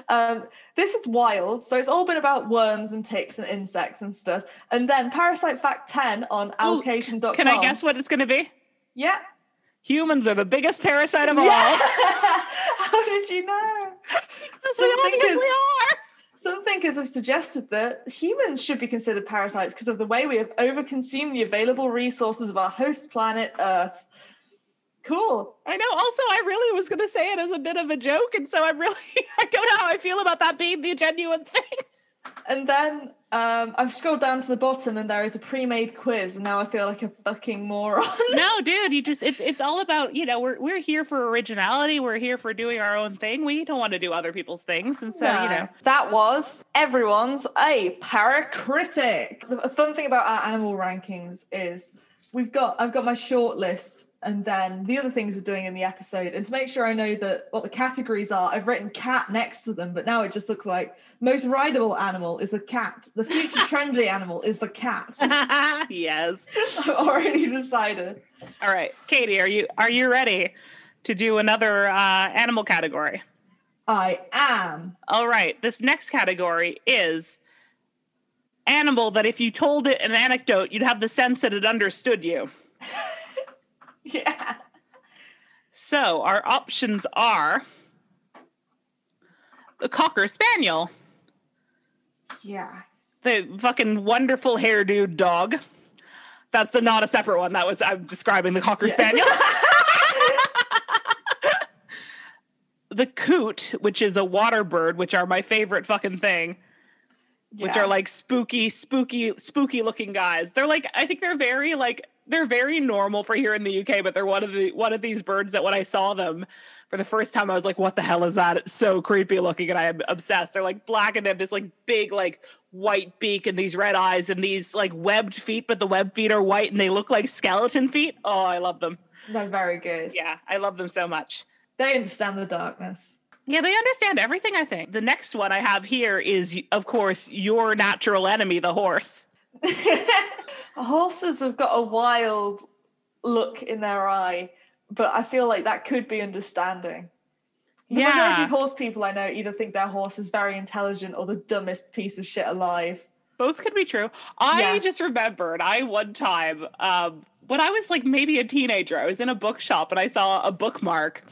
Speaker 1: Um, this is wild. So it's all been about worms and ticks and insects and stuff. And then parasite fact 10 on
Speaker 2: Oh,
Speaker 1: allocation.com.
Speaker 2: Can I guess what it's going to be?
Speaker 1: Yeah.
Speaker 2: Humans are the biggest parasite of all.
Speaker 1: yeah. <laughs> How did you know?
Speaker 2: <laughs> We
Speaker 1: Some thinkers,
Speaker 2: obviously are.
Speaker 1: some thinkers have suggested that humans should be considered parasites because of the way we have overconsumed the available resources of our host planet Earth. Cool.
Speaker 2: I know. Also, I really was going to say it as a bit of a joke, and so I'm really, <laughs> I don't know how I feel about that being the genuine thing. <laughs>
Speaker 1: And then um, I've scrolled down to the bottom and there is a pre-made quiz, and now I feel like a fucking moron. <laughs>
Speaker 2: No, dude, you just it's it's all about you know we're we're here for originality. We're here for doing our own thing. We don't want to do other people's things, and so you know.
Speaker 1: that was everyone's a paracritic. The fun thing about our animal rankings is we've got I've got my short list and then the other things we're doing in the episode. And to make sure I know that what the categories are, I've written cat next to them, but now it just looks like most rideable animal is the cat. The future <laughs> trendy animal is the <laughs> cat.
Speaker 2: <laughs> yes.
Speaker 1: I've already decided.
Speaker 2: All right, Katie, are you are you ready to do another uh, animal category?
Speaker 1: I am.
Speaker 2: All right, this next category is animal that if you told it an anecdote, you'd have the sense that it understood you.
Speaker 1: Yeah.
Speaker 2: So our options are the cocker spaniel,
Speaker 1: Yes.
Speaker 2: the fucking wonderful hairdo dog. That's the, not a separate one. That was I'm describing the cocker
Speaker 1: Yeah.
Speaker 2: spaniel. the coot, which is a water bird, which are my favorite fucking thing. which are like
Speaker 1: Yes.
Speaker 2: spooky, spooky, spooky looking guys. They're like, I think they're very like they're very normal for here in the UK, but they're one of the one of these birds that when I saw them for the first time, I was like, what the hell is that? It's so creepy looking, and I am obsessed. They're like black and they have this like big, like white beak and these red eyes and these like webbed feet, but the web feet are white and they look like skeleton feet. Oh, I love them.
Speaker 1: they're very good.
Speaker 2: Yeah, I love them so much.
Speaker 1: They understand the darkness.
Speaker 2: Yeah, they understand everything, I think. The next one I have here is, of course, your natural enemy, the horse.
Speaker 1: <laughs> Horses have got a wild look in their eye, but I feel like that could be understanding. The majority
Speaker 2: Yeah.
Speaker 1: of horse people I know either think their horse is very intelligent or the dumbest piece of shit alive.
Speaker 2: Both could be true. I
Speaker 1: Yeah.
Speaker 2: just remembered I one time um, when I was like maybe a teenager, I was in a bookshop and I saw a bookmark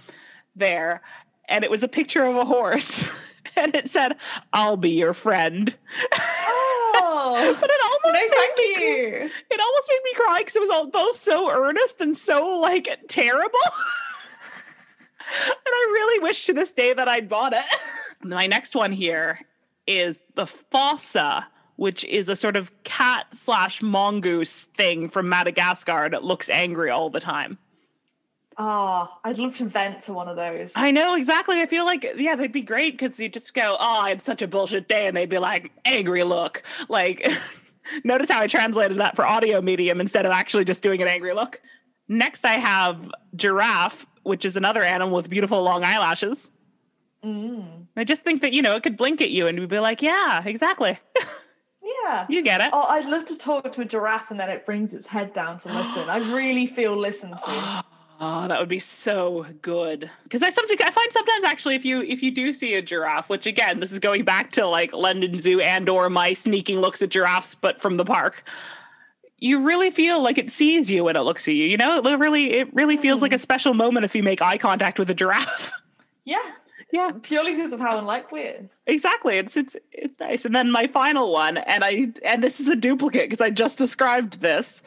Speaker 2: there, and it was a picture of a horse, <laughs> and it said, "I'll be your friend."
Speaker 1: Oh, <laughs>
Speaker 2: But it
Speaker 1: no,
Speaker 2: almost made me,
Speaker 1: thank you.
Speaker 2: it almost made me cry because it was all both so earnest and so like terrible. and I really wish to this day that I'd bought it. My next one here is the fossa, which is a sort of cat slash mongoose thing from Madagascar that looks angry all the time.
Speaker 1: Ah, I'd love to vent to one of those.
Speaker 2: I know exactly. I feel like yeah, they'd be great because you just go, "Oh, I had such a bullshit day," and they'd be like, "Angry look." Like, <laughs> notice how I translated that for audio medium instead of actually just doing an angry look. Next, I have giraffe, which is another animal with beautiful long eyelashes.
Speaker 1: Mm,
Speaker 2: I just think that you know it could blink at you and you'd be like, "Yeah, exactly.
Speaker 1: yeah.
Speaker 2: You get it."
Speaker 1: Oh, I'd love to talk to a giraffe and then it brings its head down to listen. I really feel listened to.
Speaker 2: Oh, that would be so good. Because I something I find sometimes actually if you if you do see a giraffe, which again, this is going back to like London Zoo and or my sneaking looks at giraffes, but from the park, you really feel like it sees you when it looks at you. You know, it li- really it really feels like a special moment if you make eye contact with a giraffe.
Speaker 1: Yeah,
Speaker 2: yeah.
Speaker 1: purely because of how unlikely it is.
Speaker 2: <laughs> Exactly. It's, it's it's nice. And then my final one, and I and this is a duplicate because I just described this,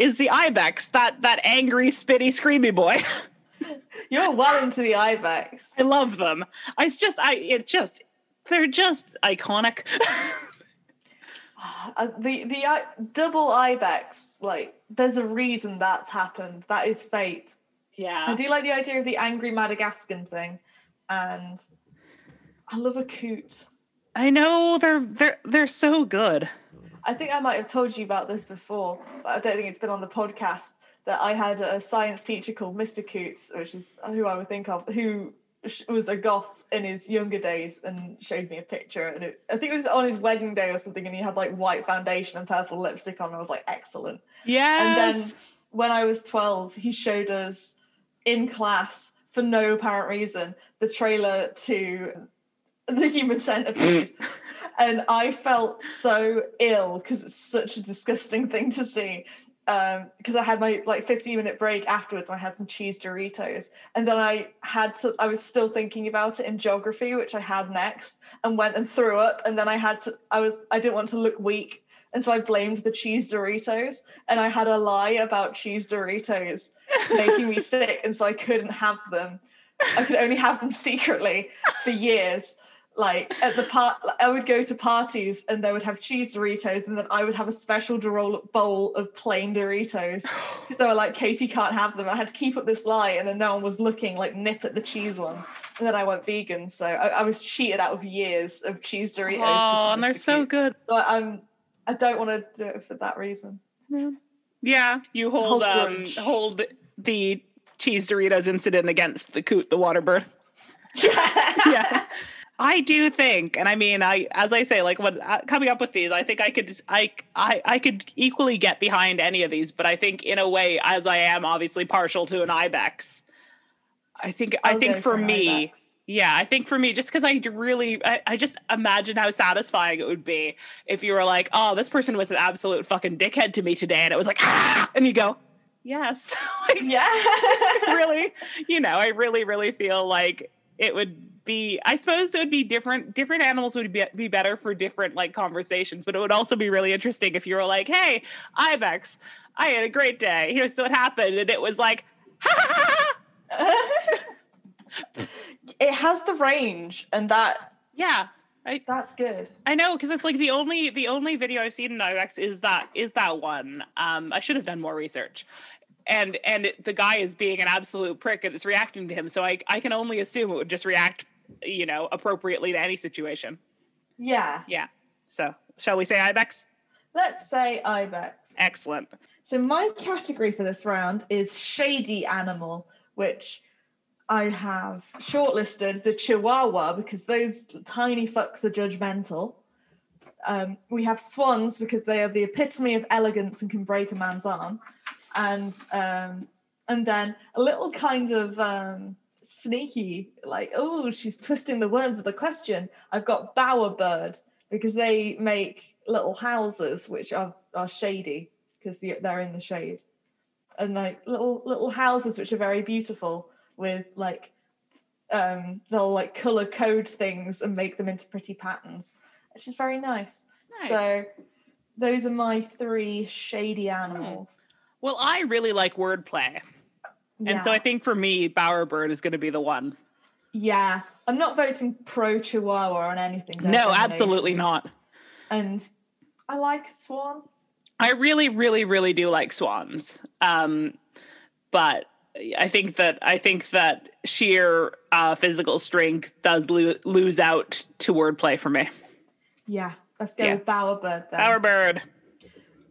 Speaker 2: is the Ibex, that that angry, spitty, screamy boy. <laughs>
Speaker 1: You're well into the ibex.
Speaker 2: I love them. I, it's just, I, it's just, they're just iconic.
Speaker 1: Uh, the the I double ibex, like there's a reason that's happened. That is fate. I
Speaker 2: yeah.
Speaker 1: do like the idea of the angry Madagascan thing, and I love a coot.
Speaker 2: <laughs> I know they're they're they're so good.
Speaker 1: I think I might have told you about this before, but I don't think it's been on the podcast. That I had a science teacher called Mr. Coots, which is who I would think of, who sh- was a goth in his younger days and showed me a picture. And it, I think it was on his wedding day or something, and he had like white foundation and purple lipstick on. And I was like, excellent. And then
Speaker 2: Yes.
Speaker 1: when I was 12, he showed us in class for no apparent reason the trailer to The Human Centipede. and I felt so ill because it's such a disgusting thing to see. Because I had my like 15 minute break afterwards, and I had some cheese Doritos, and then I had to. I was still thinking about it in geography, which I had next, and went and threw up. And then I had to. I was. I didn't want to look weak, and so I blamed the cheese Doritos, and I had a lie about cheese Doritos making me sick, and so I couldn't have them. I could only have them <laughs> secretly for years. Like at the part, I would go to parties and they would have cheese Doritos, and then I would have a special Dorol- bowl of plain
Speaker 2: <gasps>
Speaker 1: Doritos because they were like, Katie can't have them. I had to keep up this lie, and then no one was looking, like nip at the cheese ones. And then I went vegan, so I, I was cheated out of years of cheese Doritos. 'cause
Speaker 2: oh,
Speaker 1: of
Speaker 2: and they're
Speaker 1: Mr.
Speaker 2: so
Speaker 1: Cute.
Speaker 2: good.
Speaker 1: But I'm, I don't want to do it for that reason. <laughs>
Speaker 2: Yeah, you hold
Speaker 1: Hold
Speaker 2: um
Speaker 1: grudge.
Speaker 2: hold the cheese Doritos incident against the coot the water birth.
Speaker 1: Yeah. <laughs>
Speaker 2: yeah i do think and i mean i as i say like when uh, coming up with these i think i could I, I i could equally get behind any of these but i think in a way as i am obviously partial to an ibex i think i
Speaker 1: I'll
Speaker 2: think
Speaker 1: go
Speaker 2: for
Speaker 1: Oh, an
Speaker 2: me
Speaker 1: Ibex.
Speaker 2: yeah, I think for me, just because I really, I, I just imagine how satisfying it would be if you were like, oh, this person was an absolute fucking dickhead to me today. And it was like, ah, and you go, yes. <laughs> Like,
Speaker 1: yeah. <laughs>
Speaker 2: <laughs> really, you know, I really, really feel like it would be. I suppose it would be different. Different animals would be, be better for different like conversations, but it would also be really interesting if you were like, "Hey, ibex, I had a great day. Here's what happened," and it was like, <laughs> "Ha ha ha, ha!" ha."
Speaker 1: it has the range and that
Speaker 2: "Yeah." I,
Speaker 1: that's good
Speaker 2: I know because it's like the only the only video I've seen in IMAX is that is that one. Um, I should have done more research, and and it, the guy is being an absolute prick and it's reacting to him. So I I can only assume it would just react, you know, appropriately to any situation.
Speaker 1: yeah
Speaker 2: Yeah. So shall we say IBEX?
Speaker 1: let's say ibex
Speaker 2: Excellent.
Speaker 1: so my category for this round is shady animal which i have shortlisted the chihuahua because those tiny fucks are judgmental um, we have swans because they are the epitome of elegance and can break a man's arm and um, and then a little kind of um, sneaky, like, oh, she's twisting the words of the question. I've got bowerbird because they make little houses which are, are shady because they're in the shade, and like little little houses which are very beautiful with like um, they'll like color code things and make them into pretty patterns, which is very nice.
Speaker 2: Nice.
Speaker 1: So. Those are my three shady animals.
Speaker 2: well, I really like wordplay, Oh. and so
Speaker 1: Yeah.
Speaker 2: I think for me, Bowerbird is going to be the one.
Speaker 1: Yeah, I'm not voting pro Chihuahua on anything. They're
Speaker 2: no, absolutely
Speaker 1: abominations.
Speaker 2: not.
Speaker 1: And I like Swan.
Speaker 2: I really, really, really do like swans. Um, but I think that I think that sheer uh, physical strength does lo- lose out to wordplay for me.
Speaker 1: Yeah, let's go
Speaker 2: Yeah.
Speaker 1: with Bowerbird then.
Speaker 2: Our bird.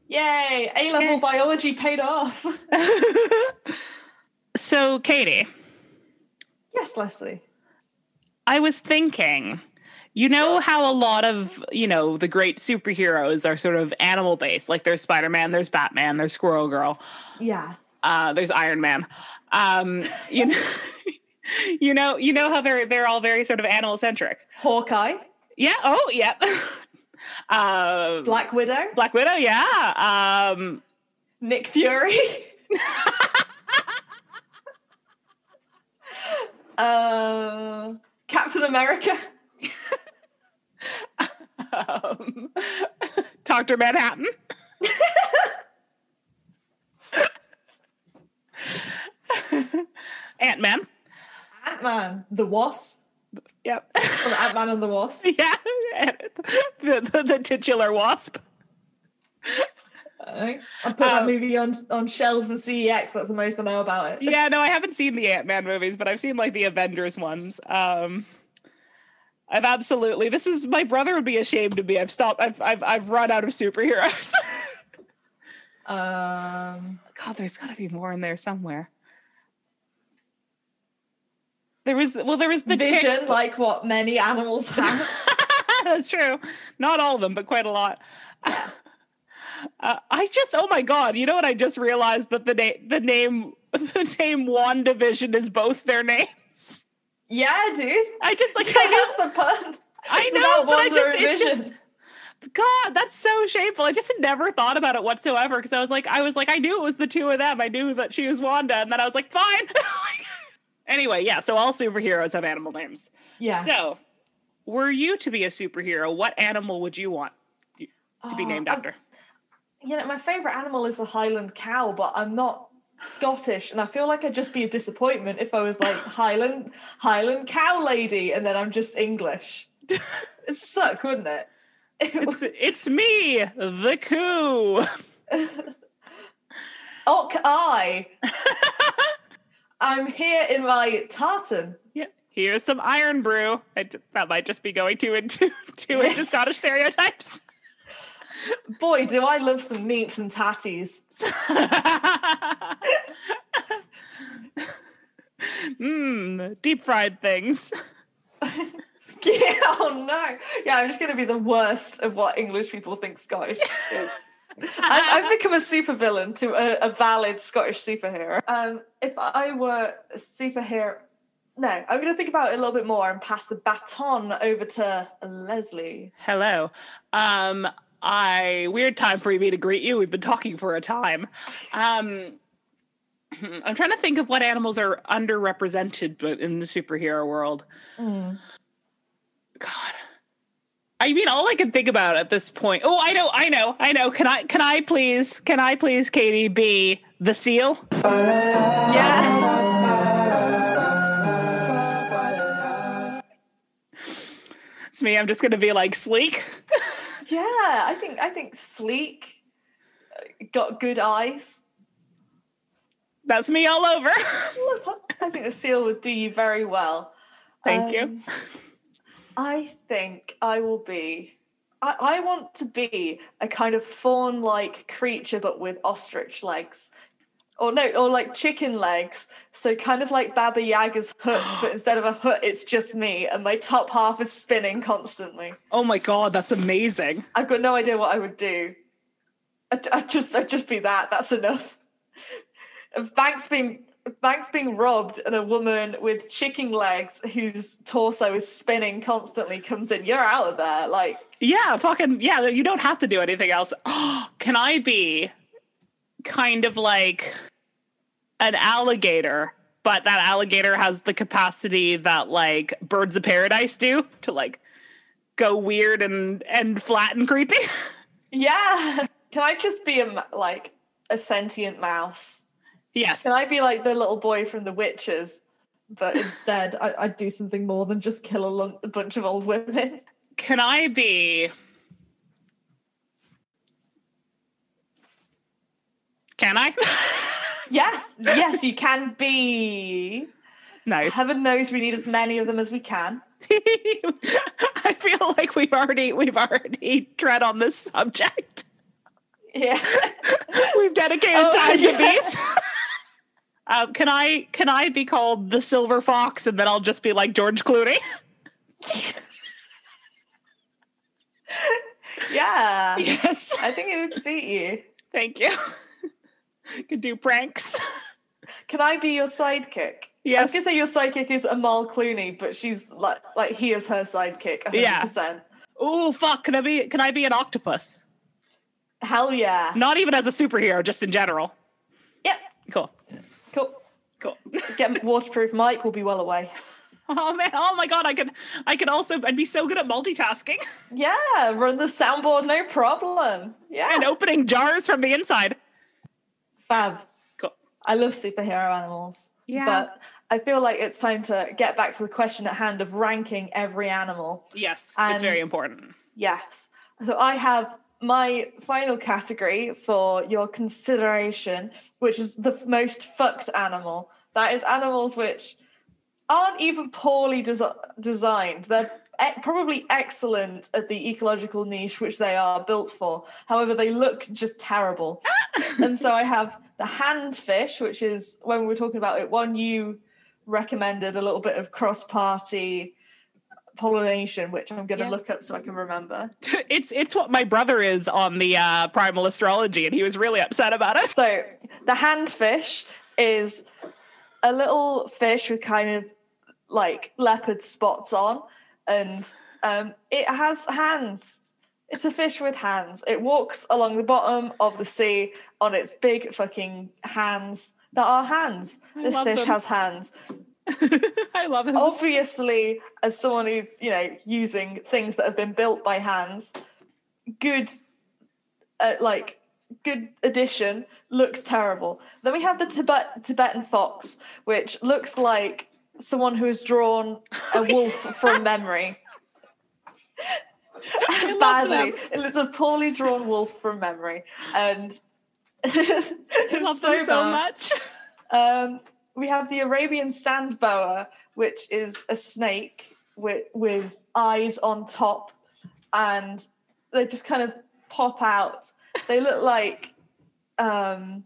Speaker 1: Yay! A level
Speaker 2: Yeah.
Speaker 1: biology paid off. <laughs>
Speaker 2: so, Katie,
Speaker 1: yes, Leslie.
Speaker 2: I was thinking, you know how a lot of you know the great superheroes are sort of animal based, like there's Spider Man, there's Batman, there's Squirrel Girl.
Speaker 1: Yeah.
Speaker 2: Uh, there's Iron Man. Um, you <laughs> know, you know, you know how they're they're all very sort of animal centric.
Speaker 1: Hawkeye,
Speaker 2: Yeah. Oh, yeah. <laughs> uh, Black-,
Speaker 1: Black Widow,
Speaker 2: Widow. Yeah. Um,
Speaker 1: Nick Fury. <laughs> uh, Captain America.
Speaker 2: um, Doctor Manhattan. <laughs> Ant Man.
Speaker 1: Ant Man, the Wasp,
Speaker 2: Yep. <laughs>
Speaker 1: or Ant Man and the Wasp.
Speaker 2: yeah. The, the the titular wasp.
Speaker 1: I put that
Speaker 2: Um,
Speaker 1: movie on, on shelves and CEX. That's the most I know about it.
Speaker 2: Yeah. No, I haven't seen the Ant Man movies, but I've seen like the Avengers ones. Um, I've absolutely. This is my brother would be ashamed of me. I've stopped. I've I've I've run out of superheroes. <laughs>
Speaker 1: Um,
Speaker 2: God, there's got to be more in there somewhere. There was well, there was the tick-
Speaker 1: vision, like what many animals have.
Speaker 2: <laughs> That's true. Not all of them, but quite a lot. <laughs> Uh, I just, oh my god! You know what? I just realized that the name, the name, <laughs> the name Wandavision is both their names.
Speaker 1: yeah,
Speaker 2: <laughs>
Speaker 1: dude.
Speaker 2: I just like, I,
Speaker 1: That's the pun.
Speaker 2: I
Speaker 1: It's
Speaker 2: know,
Speaker 1: about
Speaker 2: but I
Speaker 1: wonder
Speaker 2: just,
Speaker 1: and
Speaker 2: it
Speaker 1: vision.
Speaker 2: just, God, that's so shameful. I just had never thought about it whatsoever because I was like, I was like, I knew it was the two of them. I knew that she was Wanda, and then I was like, fine. <laughs> anyway, yeah. So all superheroes have animal names.
Speaker 1: Yes.
Speaker 2: So, were you to be a superhero, what animal would you want to be
Speaker 1: Oh,
Speaker 2: named
Speaker 1: I'm-
Speaker 2: after?
Speaker 1: You know, my favorite animal is the Highland cow, but I'm not Scottish, and I feel like I'd just be a disappointment if I was like Highland Highland cow lady, and then I'm just English. It'd suck, wouldn't it? It
Speaker 2: It's it's me, the coup. <laughs>
Speaker 1: Ock I. I'm here in my tartan.
Speaker 2: Yeah, here's some iron brew. I d that might just be going too into <laughs> too
Speaker 1: <laughs>
Speaker 2: into Scottish stereotypes. <laughs>
Speaker 1: Boy, do I love some neeps and tatties.
Speaker 2: Mmm, Hmm, deep fried things.
Speaker 1: <laughs> Yeah, oh no. Yeah, I'm just going to be the worst of what English people think Scottish is. I, I've become a supervillain to a, a valid Scottish superhero. Um, if I were a superhero, no, I'm going to think about it a little bit more and pass the baton over to Leslie.
Speaker 2: Hello. Um, I weird time for me to greet you. We've been talking for a time. Um, <clears throat> I'm trying to think of what animals are underrepresented bu- in the superhero world. God. I mean, all I can think about at this point. Oh, I know, I know, I know. Can I, can I please, can I please, Katie, be the seal?
Speaker 1: Yes.
Speaker 2: It's me. I'm just going to be like sleek.
Speaker 1: Yeah, I think I think sleek, uh, got good eyes.
Speaker 2: That's me all over. <laughs>
Speaker 1: I think the seal would do you very well.
Speaker 2: Thank you.
Speaker 1: Um, I think I will be. I, I want to be a kind of fawn like creature, but with ostrich legs. Or no, or like chicken legs. So kind of like Baba Yaga's hut, but instead of a hut, it's just me, and my top half is spinning constantly.
Speaker 2: Oh my god, that's amazing.
Speaker 1: I've got no idea what I would do. I'd, I'd just, I'd just be that. That's enough. A bank's being, a bank's being robbed, and a woman with chicken legs whose torso is spinning constantly comes in. You're out of there. Like,
Speaker 2: Yeah, fucking yeah. You don't have to do anything else. <gasps> Can I be kind of like an alligator, but that alligator has the capacity that like birds of paradise do to like go weird and and flat and creepy? <laughs>
Speaker 1: yeah. Can I just be a m- like a sentient mouse?
Speaker 2: yes.
Speaker 1: Can I be like the little boy from The Witches? But instead, I, I'd do something more than just kill a, lun- a bunch of old women. <laughs>
Speaker 2: Can I be? Can I? <laughs>
Speaker 1: Yes, yes, you can be.
Speaker 2: nice.
Speaker 1: Heaven knows we need as many of them as we can.
Speaker 2: <laughs> I feel like we've already we've already <laughs> tread on this subject.
Speaker 1: Yeah. <laughs>
Speaker 2: We've dedicated
Speaker 1: Oh,
Speaker 2: time
Speaker 1: yeah.
Speaker 2: to <laughs> these. um, can I can I be called the Silver Fox and then I'll just be like George Clooney?
Speaker 1: yeah.
Speaker 2: yes, <laughs>
Speaker 1: I think it would suit you.
Speaker 2: thank you. <laughs> Could do pranks.
Speaker 1: Can I be your sidekick? I was
Speaker 2: Yes.
Speaker 1: gonna say your sidekick is Amal Clooney, but she's like like he is her sidekick. 100%.
Speaker 2: Yeah. Oh fuck! Can I be? Can I be an octopus?
Speaker 1: Hell yeah.
Speaker 2: Not even as a superhero, just in general.
Speaker 1: Yep.
Speaker 2: Cool.
Speaker 1: Cool.
Speaker 2: Cool. <laughs>
Speaker 1: Get waterproof Mike will be well away.
Speaker 2: Oh man! Oh my god! I could. I could also. I'd be so good at multitasking <laughs>
Speaker 1: Yeah, run the soundboard, no problem. Yeah.
Speaker 2: and opening jars from the inside.
Speaker 1: Fab.
Speaker 2: Cool.
Speaker 1: I love superhero animals.
Speaker 2: Yeah.
Speaker 1: But I feel like it's time to get back to the question at hand of ranking every animal.
Speaker 2: Yes,
Speaker 1: And-
Speaker 2: it's very important. <laughs>
Speaker 1: Yes. So I have my final category for your consideration, which is the f- most fucked animal. That is animals which aren't even poorly desi- designed. They're e- probably excellent at the ecological niche which they are built for. However, they look just terrible. and so I have the hand fish, which is when we were talking about it, one you recommended a little bit of cross party pollination, which I'm going to
Speaker 2: Yeah.
Speaker 1: look up so I can remember.
Speaker 2: It's it's what my brother is on the uh, primal astrology, and he was really upset about it.
Speaker 1: So the hand fish is a little fish with kind of like leopard spots on, and um, it has hands. It's a fish with hands. It walks along the bottom of the sea on its big fucking hands that are hands.
Speaker 2: I
Speaker 1: this
Speaker 2: love
Speaker 1: fish
Speaker 2: them.
Speaker 1: has hands.
Speaker 2: <laughs> I love
Speaker 1: Oh,
Speaker 2: it.
Speaker 1: Obviously, as someone who's you know using things that have been built by hands, good, uh, like good addition looks terrible. Then we have the Tibet Tibetan fox, which looks like someone who has drawn
Speaker 2: <laughs>
Speaker 1: a wolf from memory.
Speaker 2: love
Speaker 1: Badly, it's a poorly drawn wolf from memory, and <laughs>
Speaker 2: I love
Speaker 1: it's so,
Speaker 2: them so
Speaker 1: bad.
Speaker 2: much.
Speaker 1: Um, we have the Arabian sand boa, which is a snake with, with eyes on top, and they just kind of pop out. They look like, um,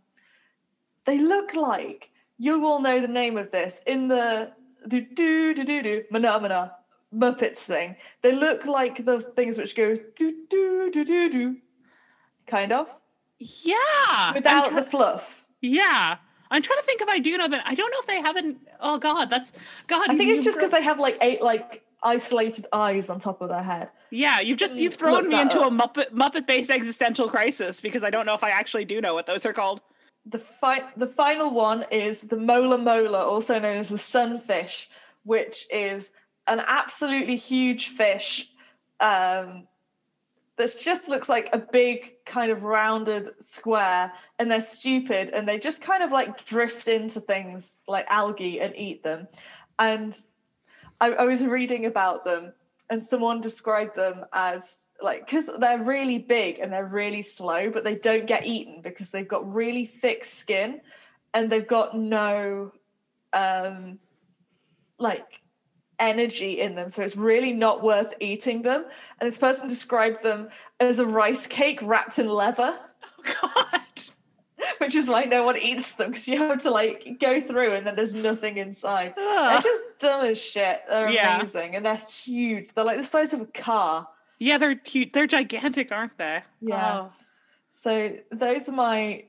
Speaker 1: they look like you all know the name of this in the do do do do do phenomena Muppets thing. They look like the things which goes do do do do do, kind of
Speaker 2: Yeah. I'm
Speaker 1: without
Speaker 2: try-
Speaker 1: the fluff.
Speaker 2: yeah. I'm trying to think if I do know that. I don't know if they haven't. Oh God, that's God.
Speaker 1: I think it's
Speaker 2: you've
Speaker 1: just because
Speaker 2: gro-
Speaker 1: they have like eight like isolated eyes on top of their head.
Speaker 2: Yeah, you've just you've
Speaker 1: Look
Speaker 2: thrown me
Speaker 1: that
Speaker 2: into a Muppet Muppet based existential crisis because I don't know if I actually do know what those are called.
Speaker 1: The fi- the final one is the mola mola, also known as the sunfish, which is an absolutely huge fish um, that just looks like a big kind of rounded square, and they're stupid and they just kind of like drift into things like algae and eat them. And I, I was reading about them, and someone described them as like because they're really big and they're really slow, but they don't get eaten because they've got really thick skin and they've got no um like energy in them so it's really not worth eating them and this person described them as a rice cake wrapped in leather
Speaker 2: <laughs> God.
Speaker 1: which is why no one eats them because you have to like go through and then there's nothing inside they're
Speaker 2: Ugh.
Speaker 1: just dumb as shit they're
Speaker 2: Yeah.
Speaker 1: amazing and they're huge they're like the size of a car
Speaker 2: Yeah, they're cute. They're gigantic, aren't they?
Speaker 1: Yeah.
Speaker 2: Oh.
Speaker 1: So those are my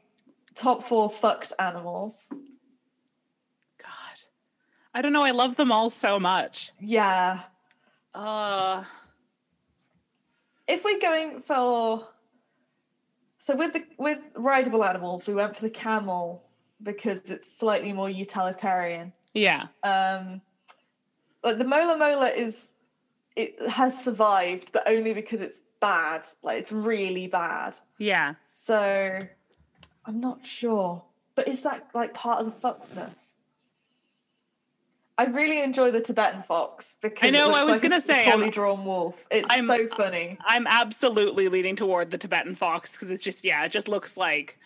Speaker 1: top four fucked animals.
Speaker 2: God. I don't know. I love them all so much.
Speaker 1: Yeah.
Speaker 2: Uh,
Speaker 1: If we're going for so with the with rideable animals, we went for the camel because it's slightly more utilitarian.
Speaker 2: yeah.
Speaker 1: Um like the mola mola is it has survived, but only because it's bad. Like it's really bad.
Speaker 2: Yeah.
Speaker 1: So I'm not sure. But is that like part of the foxness? I really enjoy the Tibetan fox because
Speaker 2: I know,
Speaker 1: It looks
Speaker 2: I was
Speaker 1: like
Speaker 2: gonna
Speaker 1: a
Speaker 2: say,
Speaker 1: poorly
Speaker 2: I'm-
Speaker 1: drawn wolf. It's
Speaker 2: I'm-
Speaker 1: so funny.
Speaker 2: I'm absolutely leaning toward the Tibetan fox because it's just yeah, it just looks like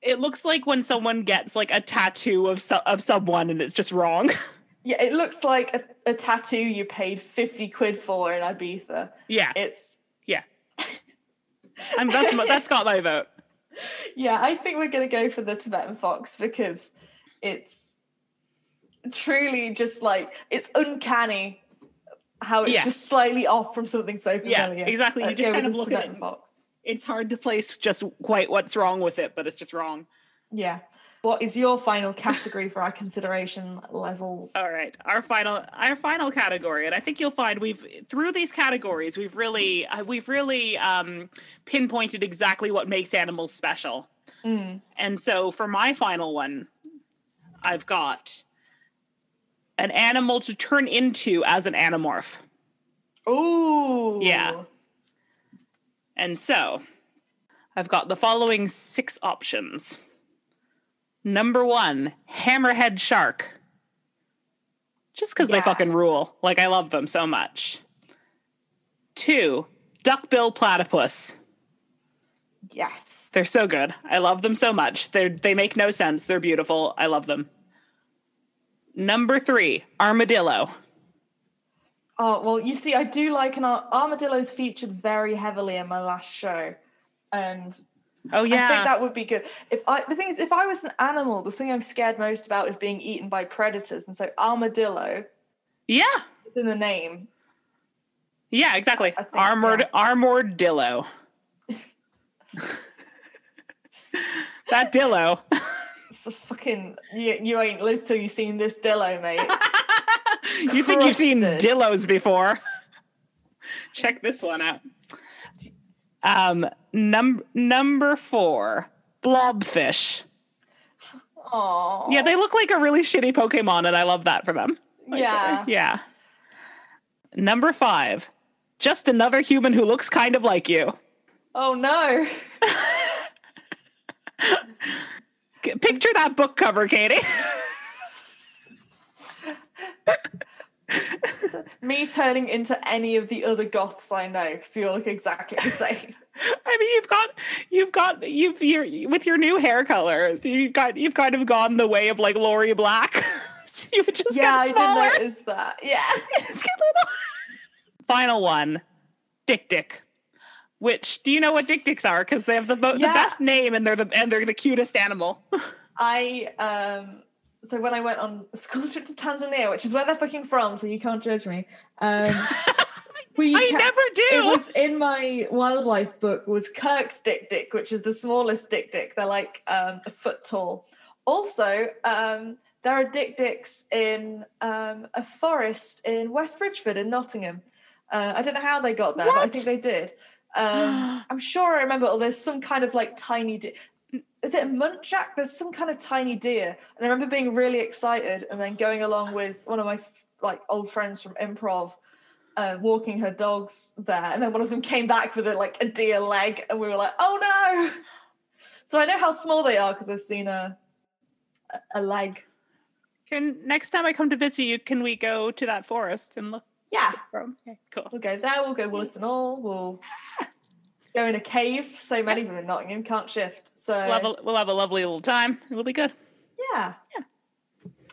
Speaker 2: it looks like when someone gets like a tattoo of so- of someone and it's just wrong. <laughs>
Speaker 1: Yeah, it looks like a, a tattoo you paid fifty quid for in Ibiza.
Speaker 2: yeah,
Speaker 1: It's
Speaker 2: I'm, that's my- that's got my vote.
Speaker 1: yeah. I think we're gonna go for the Tibetan fox because it's truly just like it's uncanny how it's
Speaker 2: Yeah.
Speaker 1: just slightly off from something so
Speaker 2: Yeah,
Speaker 1: familiar.
Speaker 2: exactly. You
Speaker 1: Let's
Speaker 2: just
Speaker 1: go with
Speaker 2: kind of
Speaker 1: the
Speaker 2: look at it
Speaker 1: Tibetan
Speaker 2: and-
Speaker 1: fox.
Speaker 2: It's hard to place just quite what's wrong with it, but it's just wrong.
Speaker 1: Yeah. What is your final category for our consideration, Lesels?
Speaker 2: All right, our final our final category, and I think you'll find we've through these categories we've really uh, we've really um, pinpointed exactly what makes animals special.
Speaker 1: Mm.
Speaker 2: And so for my final one, I've got an animal to turn into as an anamorph.
Speaker 1: Ooh.
Speaker 2: Uh, Yeah. And so I've got the following six options. Number one, hammerhead shark. Just because they
Speaker 1: Yeah.
Speaker 2: fucking rule. Like I love them so much. Two, duckbill platypus.
Speaker 1: Yes.
Speaker 2: They're so good. I love them so much. They they make no sense. They're beautiful. I love them. Number three, armadillo.
Speaker 1: Oh, well, you see, I do like an ar- armadillo's featured very heavily in my last show. And
Speaker 2: Oh yeah,
Speaker 1: I think that would be good. If I the thing is, if I was an animal, the thing I'm scared most about is being eaten by predators. And so armadillo
Speaker 2: yeah,
Speaker 1: is in the name.
Speaker 2: yeah, exactly.
Speaker 1: I think,
Speaker 2: Armored
Speaker 1: yeah.
Speaker 2: armored dillo. that dillo.
Speaker 1: It's just fucking you, you ain't lived till you've seen this dillo,
Speaker 2: <laughs>
Speaker 1: mate.
Speaker 2: you think you've seen
Speaker 1: Crusted.
Speaker 2: dillos before? Check this one out. Um, num- number four, blobfish.
Speaker 1: Oh.
Speaker 2: Yeah, they look like a really shitty Pokemon, and I love that for them. Like,
Speaker 1: Yeah.
Speaker 2: Yeah. Number five, just another human who looks kind of like you.
Speaker 1: Oh no.
Speaker 2: C- Picture that book cover, Katie. <laughs>
Speaker 1: Me turning into any of the other goths I know, because we all look exactly the <laughs> same.
Speaker 2: I mean, you've got, you've got, you've, you're, with your new hair colors, you've got, you've kind of gone the way of like Lori Black. <laughs> so you just
Speaker 1: yeah,
Speaker 2: got
Speaker 1: I
Speaker 2: smaller.
Speaker 1: did notice that. Yeah.
Speaker 2: <laughs>
Speaker 1: <laughs>
Speaker 2: Just get little. Final one, Dick Dick. Which do you know what Dick Dicks are? Because they have the, mo-
Speaker 1: Yeah.
Speaker 2: the best name and they're the and they're the cutest
Speaker 1: <laughs>
Speaker 2: animal.
Speaker 1: I um so when I went on a school <laughs> trip to Tanzania, which is where they're fucking from, so you can't judge me.
Speaker 2: <laughs>
Speaker 1: Um we
Speaker 2: I
Speaker 1: ca-
Speaker 2: never do.
Speaker 1: it was in my wildlife book was Kirk's dick dick, which is the smallest dick dick. They're like um, a foot tall. Also, um, there are dick dicks in um, a forest in West Bridgeford in Nottingham. Uh, I don't know how they got there, but I
Speaker 2: What?
Speaker 1: think they did.
Speaker 2: <gasps>
Speaker 1: Um, I'm sure I remember. Or there's some kind of like tiny. Di- is it a muntjac? There's some kind of tiny deer, and I remember being really excited, and then going along with one of my like old friends from improv, uh, walking her dogs there, and then one of them came back with a, like a deer leg, and we were like, "Oh no!" So I know how small they are because I've seen a a- a leg.
Speaker 2: Can next time I come to visit you, can we go to that forest and look
Speaker 1: Yeah,
Speaker 2: for 'em? Okay, cool.
Speaker 1: we'll go there. We'll go Williston All. We'll go in a cave. So many of them in Nottingham can't shift. So
Speaker 2: We'll have, a, we'll have a lovely little time. It'll be good.
Speaker 1: yeah,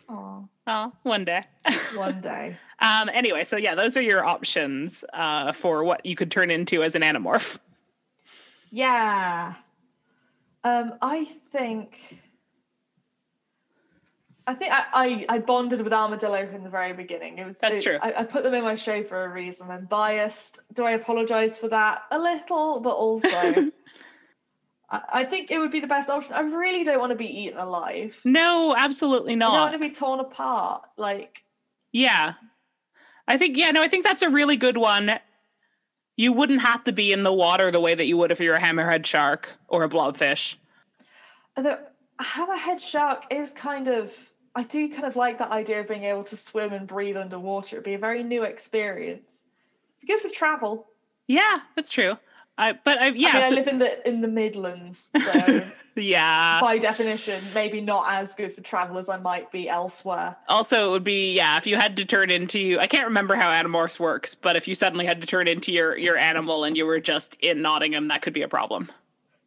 Speaker 1: Oh,
Speaker 2: Oh, one day. <laughs>
Speaker 1: one day.
Speaker 2: um, anyway, so yeah, those are your options uh, for what you could turn into as an anamorph.
Speaker 1: Yeah. Um, I think I think I, I, I bonded with Armadillo from the very beginning. It was
Speaker 2: That's
Speaker 1: it-
Speaker 2: true.
Speaker 1: I, I put them in my show for a reason. I'm biased. Do I apologize for that? A little, but also
Speaker 2: <laughs>
Speaker 1: I, I think it would be the best option. I really don't want to be eaten alive.
Speaker 2: <laughs> No, absolutely
Speaker 1: I don't
Speaker 2: not.
Speaker 1: want to be torn apart. Like
Speaker 2: Yeah. I think, yeah, no, I think that's a really good one. You wouldn't have to be in the water the way that you would if you were a hammerhead shark or a blobfish.
Speaker 1: although hammerhead shark is kind of I do kind of like that idea of being able to swim and breathe underwater. It'd be a very new experience. Good for travel.
Speaker 2: Yeah, that's true. I, but I, yeah,
Speaker 1: I mean,
Speaker 2: so-
Speaker 1: I live in the in
Speaker 2: <laughs>
Speaker 1: the Midlands, so
Speaker 2: yeah.
Speaker 1: by definition, maybe not as good for travel as I might be elsewhere.
Speaker 2: Also, it would be yeah if you had to turn into I can't remember how animorphs works, but if you suddenly had to turn into your your animal and you were just in Nottingham, that could be a problem.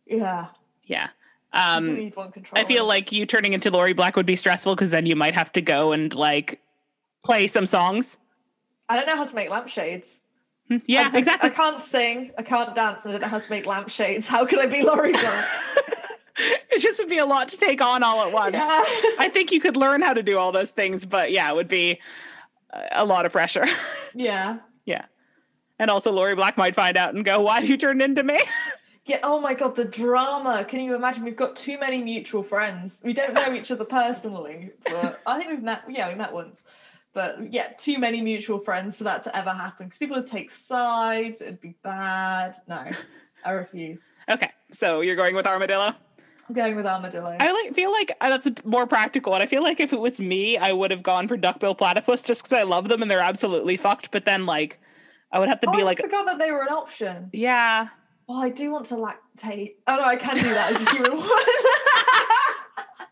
Speaker 1: Yeah,
Speaker 2: Yeah.
Speaker 1: you still
Speaker 2: Um,
Speaker 1: need one control.
Speaker 2: I feel like you turning into Lori Black would be stressful because then you might have to go and like play some songs.
Speaker 1: I don't know how to make lampshades.
Speaker 2: Hmm, Yeah,
Speaker 1: I,
Speaker 2: exactly.
Speaker 1: I can't sing. I can't dance. And I don't know how to make lampshades. How could I be Laurie
Speaker 2: <laughs>
Speaker 1: Black?
Speaker 2: It just would be a lot to take on all at once.
Speaker 1: yeah. <laughs>
Speaker 2: I think you could learn how to do all those things, but yeah, it would be a- a lot of pressure. <laughs>
Speaker 1: yeah.
Speaker 2: and also, Lori Black might find out and go, "Why have you turned into me?" <laughs>
Speaker 1: Yeah, oh my god, the drama. Can you imagine? We've got too many mutual friends. We don't know each other personally, but I think we've met yeah, we met once. But yeah, too many mutual friends for that to ever happen. Because people would take sides, it'd be bad. No, I refuse.
Speaker 2: Okay, so you're going with armadillo.
Speaker 1: I'm going with armadillo.
Speaker 2: I like feel like uh, that's a more practical, and I feel like if it was me, I would have gone for duckbill platypus just because I love them and they're absolutely fucked. But then like, I would have to
Speaker 1: Oh,
Speaker 2: be
Speaker 1: I
Speaker 2: like,
Speaker 1: forgot that they were an option.
Speaker 2: yeah,
Speaker 1: Oh, I do want to lactate. Oh no, I can do that as a human one.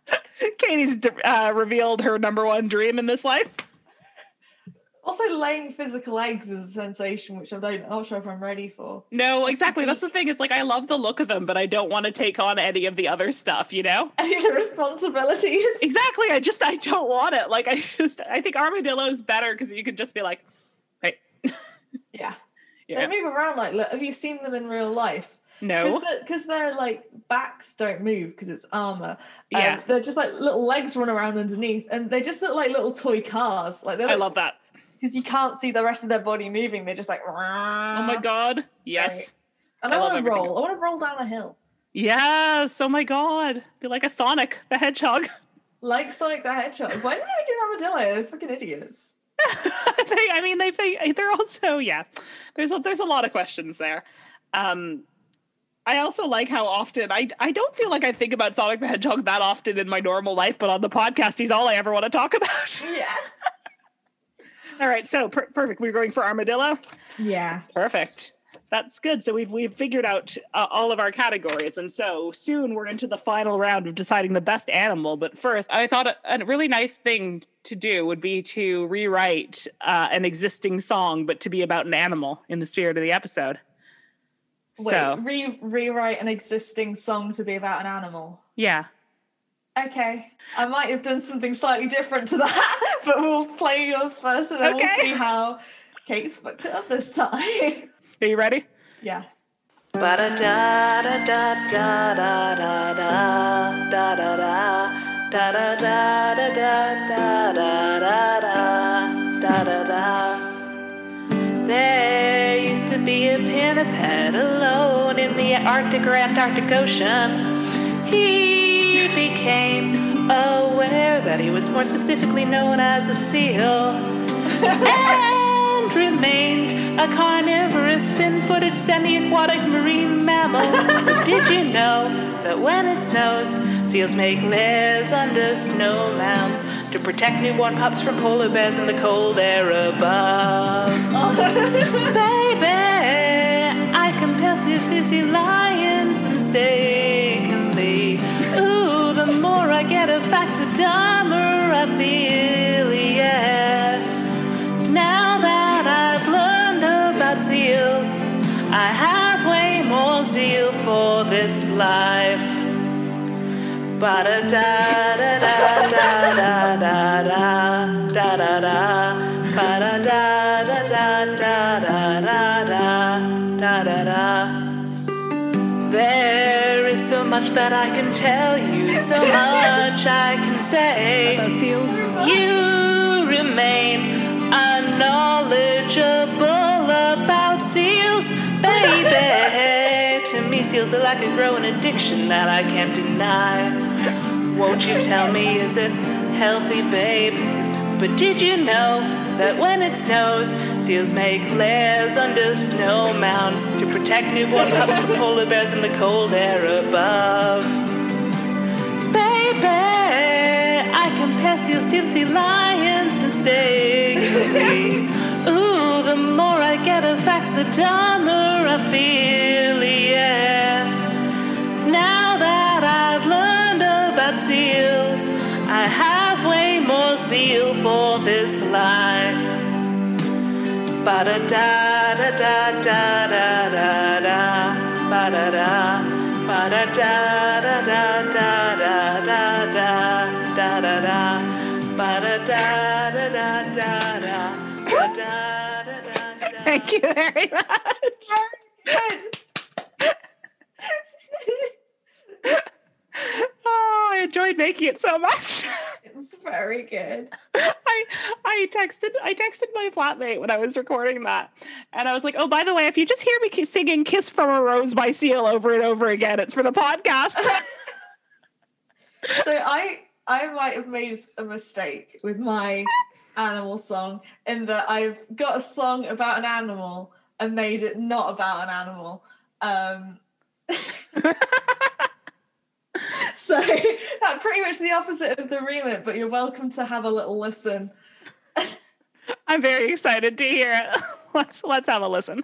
Speaker 1: <laughs>
Speaker 2: Katie's uh, revealed her number one dream in this life.
Speaker 1: also, laying physical eggs is a sensation which I don't, I'm not sure if I'm ready for.
Speaker 2: No, exactly. That's the thing. It's like I love the look of them, but I don't want to take on any of the other stuff, you know?
Speaker 1: Any of the responsibilities?
Speaker 2: Exactly. I just I don't want it. Like I just I think armadillo's better because you could just be like,
Speaker 1: Yeah.
Speaker 2: yeah,
Speaker 1: They move around like, look, have you seen them in real life?
Speaker 2: no.
Speaker 1: Because their like backs don't move because it's armor. And
Speaker 2: Yeah.
Speaker 1: they're just like little legs run around underneath, and they just look like little toy cars. Like they're
Speaker 2: I love that.
Speaker 1: because you can't see the rest of their body moving. They're just like. Oh
Speaker 2: Oh my god. Yes.
Speaker 1: And I,
Speaker 2: I love
Speaker 1: want to
Speaker 2: everything.
Speaker 1: roll. I want to roll down a hill.
Speaker 2: Yes. Oh my god. Be like a Sonic the Hedgehog.
Speaker 1: Like Sonic the Hedgehog. Why did they make an armadillo? They're fucking idiots.
Speaker 2: <laughs> they, I mean, they, they they're also yeah. There's a, there's a lot of questions there. Um, I also like how often I I don't feel like I think about Sonic the Hedgehog that often in my normal life, but on the podcast, he's all I ever want to talk about. <laughs>
Speaker 1: Yeah.
Speaker 2: all right, so per- perfect. We're going for armadillo.
Speaker 1: Yeah.
Speaker 2: Perfect. That's good. So we've we've figured out uh, all of our categories, and so soon we're into the final round of deciding the best animal. But first, I thought a, a really nice thing to do would be to rewrite uh, an existing song, but to be about an animal in the spirit of the episode.
Speaker 1: Wait,
Speaker 2: So
Speaker 1: re- rewrite an existing song to be about an animal.
Speaker 2: yeah,
Speaker 1: Okay. I might have done something slightly different to that, <laughs> but we'll play yours first and then
Speaker 2: Okay.
Speaker 1: we'll see how Kate's fucked it up this time. <laughs>
Speaker 2: are you ready?
Speaker 1: yes. <laughs>
Speaker 3: Ba da da da da da da da da da da da da da da da da da da da da da da da. There used to be a pinniped alone in the Arctic or Antarctic Ocean. He became aware that he was more specifically known as a seal and remained a carnivorous, fin footed, semi aquatic marine mammal. but did you know that when it snows, seals make lairs under snow mounds to protect newborn pups from polar bears in the cold air above? Baby, I compare CCC lions mistakenly. Ooh, the more I get of facts, the dumber I feel, yeah. Now that I've learned about seals, I have way more zeal for this life. Ba da da da da da da da da da da ba da da da da da da da da da da da. There is so much that I can tell you, <laughs> so much I can say. About seals. You remain unknowledgeable about seals, <laughs> baby. to me, seals are like a growing addiction that I can't deny. Won't you tell me, is it healthy, babe? But did you know that when it snows, seals make lairs under snow mounds to protect newborn pups from polar bears in the cold air above? Baby, I compare seals to sea lions mistakenly. Ooh, the more I get of facts, the dumber I feel, yeah. Now that I've learned about seals, I have way more zeal for this life. Ba da da da da da da da da ba da da ba da da da da da da da da da da da ba da da da da da da ba da da da da.
Speaker 2: Thank you very much.
Speaker 1: Good.
Speaker 2: Oh, I enjoyed making it so much. <laughs>
Speaker 1: it's very good.
Speaker 2: I I I texted I texted my flatmate when I was recording that, and I was like, "Oh, by the way, if you just hear me ki- singing "Kiss from a Rose" by Seal over and over again, it's for the podcast." <laughs>
Speaker 1: so I I might have made a mistake with my animal song in that I've got a song about an animal and made it not about an animal. Um, <laughs> so that's pretty much the opposite of the remit, but you're welcome to have a little listen.
Speaker 2: I'm very excited to hear it. <laughs> Let's let's have a listen.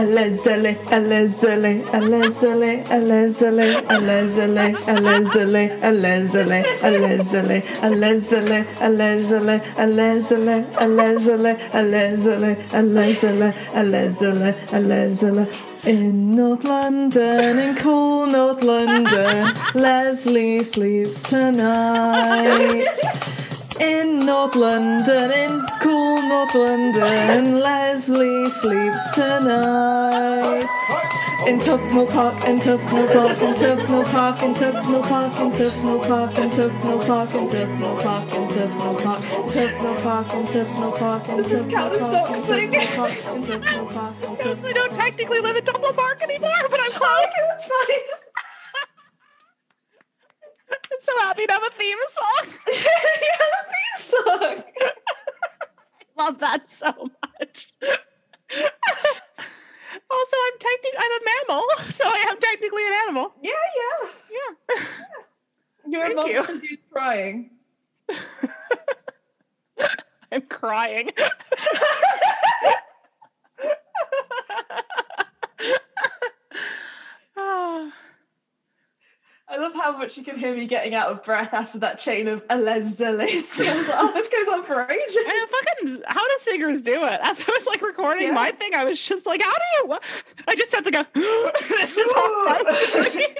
Speaker 1: Alezale. Alezale, alezale, alezale, alezale, alezale, alezale, alezale, alezale, alezale, alezale, alezale, alezale, alezale, alezale, alezale, alezale. In North London, in cool North London, Leslie sleeps tonight. In North London, in cool North London, Leslie sleeps tonight. In Tufnell Park, in Tufnell Park, in Tufnell Park, in Tufnell Park, in Tufnell Park, in Tufnell Park, in Tufnell Park, in Tufnell Park, in Tufnell Park, in Tufnell Park, in Tufnell Park. Does this count as doxing? In Tufnell Park, in
Speaker 2: I
Speaker 1: Tufnell
Speaker 2: don't technically live in Dublin Park anymore, but I'm close.
Speaker 1: Park. It's fine.
Speaker 2: <laughs> I'm so happy to have a theme song.
Speaker 1: yeah, the theme <laughs> song.
Speaker 2: love that so much. <laughs> also, I'm technically I'm a mammal, so I am technically an animal.
Speaker 1: Yeah, yeah.
Speaker 2: Yeah. <laughs>
Speaker 1: You're
Speaker 2: Thank
Speaker 1: a
Speaker 2: you.
Speaker 1: monster who's crying.
Speaker 2: I'm crying. <laughs> Ah,
Speaker 1: I love how much you can hear me getting out of breath after that chain of alezele. <laughs> I was like, oh, this goes on for ages.
Speaker 2: I mean, fucking, how do singers do it? As I was like recording
Speaker 1: Yeah.
Speaker 2: my thing, I was just like, "How do you?" I just have to go. <gasps> It's <laughs> all right.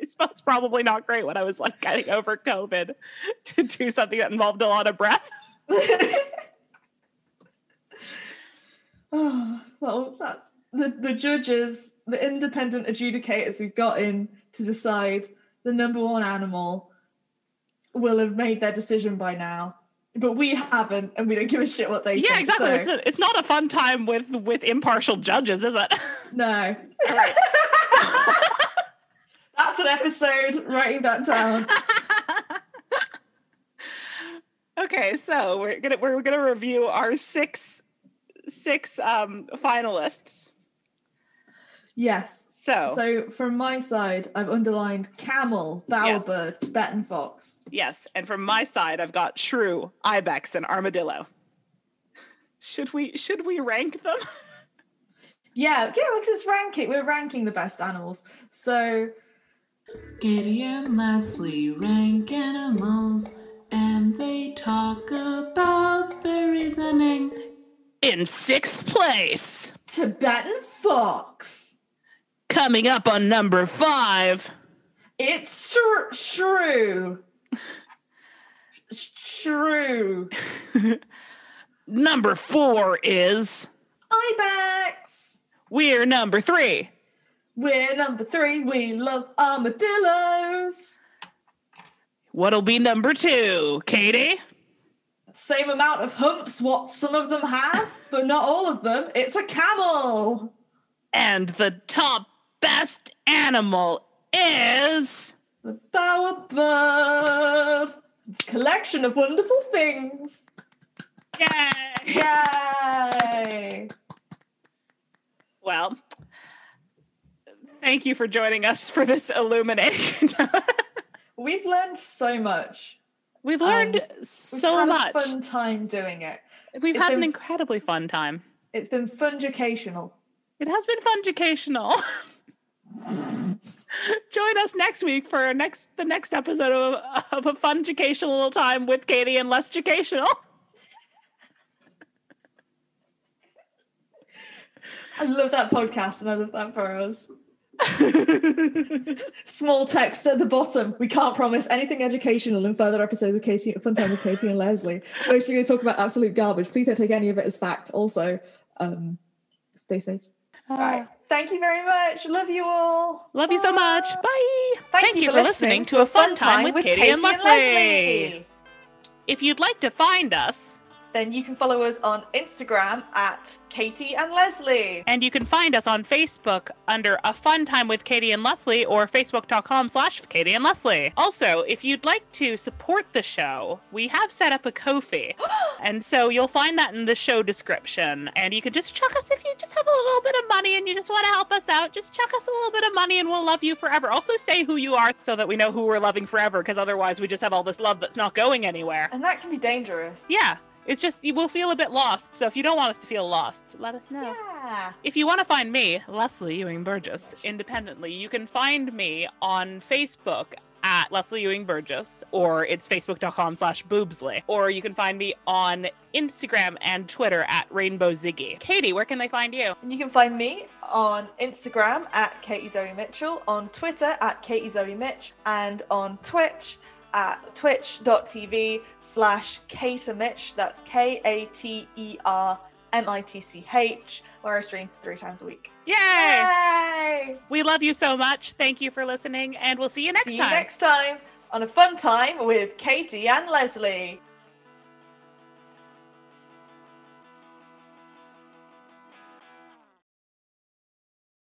Speaker 2: I suppose probably not great when I was like getting over COVID to do something that involved a lot of breath.
Speaker 1: oh, <sighs> well, that's the, the judges, the independent adjudicators we've got in to decide the number one animal will have made their decision by now. But we haven't, and we don't give a shit what they
Speaker 2: yeah,
Speaker 1: think.
Speaker 2: exactly. It's,
Speaker 1: So,
Speaker 2: it's not a fun time with with impartial judges, is it? <laughs>
Speaker 1: no. <laughs>
Speaker 2: All right.
Speaker 1: That's an episode, writing that
Speaker 2: <laughs>
Speaker 1: down.
Speaker 2: Okay, so we're gonna we're gonna review our six six um finalists.
Speaker 1: yes.
Speaker 2: So,
Speaker 1: So from my side, I've underlined camel,
Speaker 2: Yes.
Speaker 1: bowerbird, Tibetan fox.
Speaker 2: yes, and from my side, I've got shrew, ibex, and armadillo. Should we should we rank them?
Speaker 1: Yeah, yeah, because it's ranking. We're ranking the best animals. So
Speaker 4: Katie and Leslie rank animals and they talk about their reasoning.
Speaker 2: In sixth place,
Speaker 1: Tibetan fox.
Speaker 2: coming up on number five,
Speaker 1: It's shrew. shrew. Sh- Shrew.
Speaker 2: number four is
Speaker 1: Ibex.
Speaker 2: we're number three.
Speaker 1: We're number three. We love armadillos.
Speaker 2: What'll be number two, Katie?
Speaker 1: Same amount of humps what some of them have, <laughs> but not all of them. It's a camel.
Speaker 2: And the top best animal is
Speaker 1: The Bowerbird! It's a collection of wonderful things!
Speaker 2: Yay!
Speaker 1: Yay!
Speaker 2: Well, thank you for joining us for this illumination. <laughs>
Speaker 1: We've learned so much.
Speaker 2: We've learned
Speaker 1: And Um, We've
Speaker 2: so
Speaker 1: had
Speaker 2: much.
Speaker 1: a fun time doing it.
Speaker 2: We've
Speaker 1: it's
Speaker 2: had an
Speaker 1: been-
Speaker 2: incredibly fun time.
Speaker 1: It's been fun educational.
Speaker 2: It has been fun educational. <laughs> Join us next week for our next the next episode of, of a fun educational time with Katie and less educational.
Speaker 1: I love that podcast and I love that for us. Small text at the bottom. We can't promise anything educational in further episodes of Katie Fun Time with Katie and Leslie. Mostly they talk about absolute garbage. Please don't take any of it as fact. Also, um, stay safe.
Speaker 2: Uh,
Speaker 1: Right. Thank you very much. Love you all.
Speaker 2: Love you so much.
Speaker 1: Bye.
Speaker 2: Bye.
Speaker 1: Thank, you, for listening to a fun time with Katie and Leslie.
Speaker 2: If you'd like to find us,
Speaker 1: Then you can follow us on Instagram at Katie and Leslie.
Speaker 2: and you can find us on Facebook under A Fun Time with Katie and Leslie or facebook.com slash Katie and Leslie. Also, if you'd like to support the show, we have set up a Ko-fi. And so you'll find that in the show description. And you can just chuck us if you just have a little bit of money and you just want to help us out. Just chuck us a little bit of money and we'll love you forever. Also, say who you are so that we know who we're loving forever because otherwise we just have all this love that's not going anywhere.
Speaker 1: and that can be dangerous.
Speaker 2: Yeah, it's just you will feel a bit lost. So if you don't want us to feel lost, let us know.
Speaker 1: Yeah.
Speaker 2: If you want to find me, Leslie Ewing Burgess, independently, you can find me on Facebook at Leslie Ewing Burgess, or it's facebook.com slash boobsley. Or you can find me on Instagram and Twitter at Rainbow Ziggy. Katie, where can they find you?
Speaker 1: And you can find me on Instagram at Katie Zoe Mitchell, on Twitter at Katie Zoe Mitch, and on Twitch at twitch.tv slash Kater Mitch. That's K A T E R M I T C H, where I stream three times a week.
Speaker 2: Yay!
Speaker 1: Yay!
Speaker 2: We love you so much. Thank you for listening, and we'll see you next
Speaker 1: See
Speaker 2: time.
Speaker 1: you next time on a fun time with Katie and Leslie.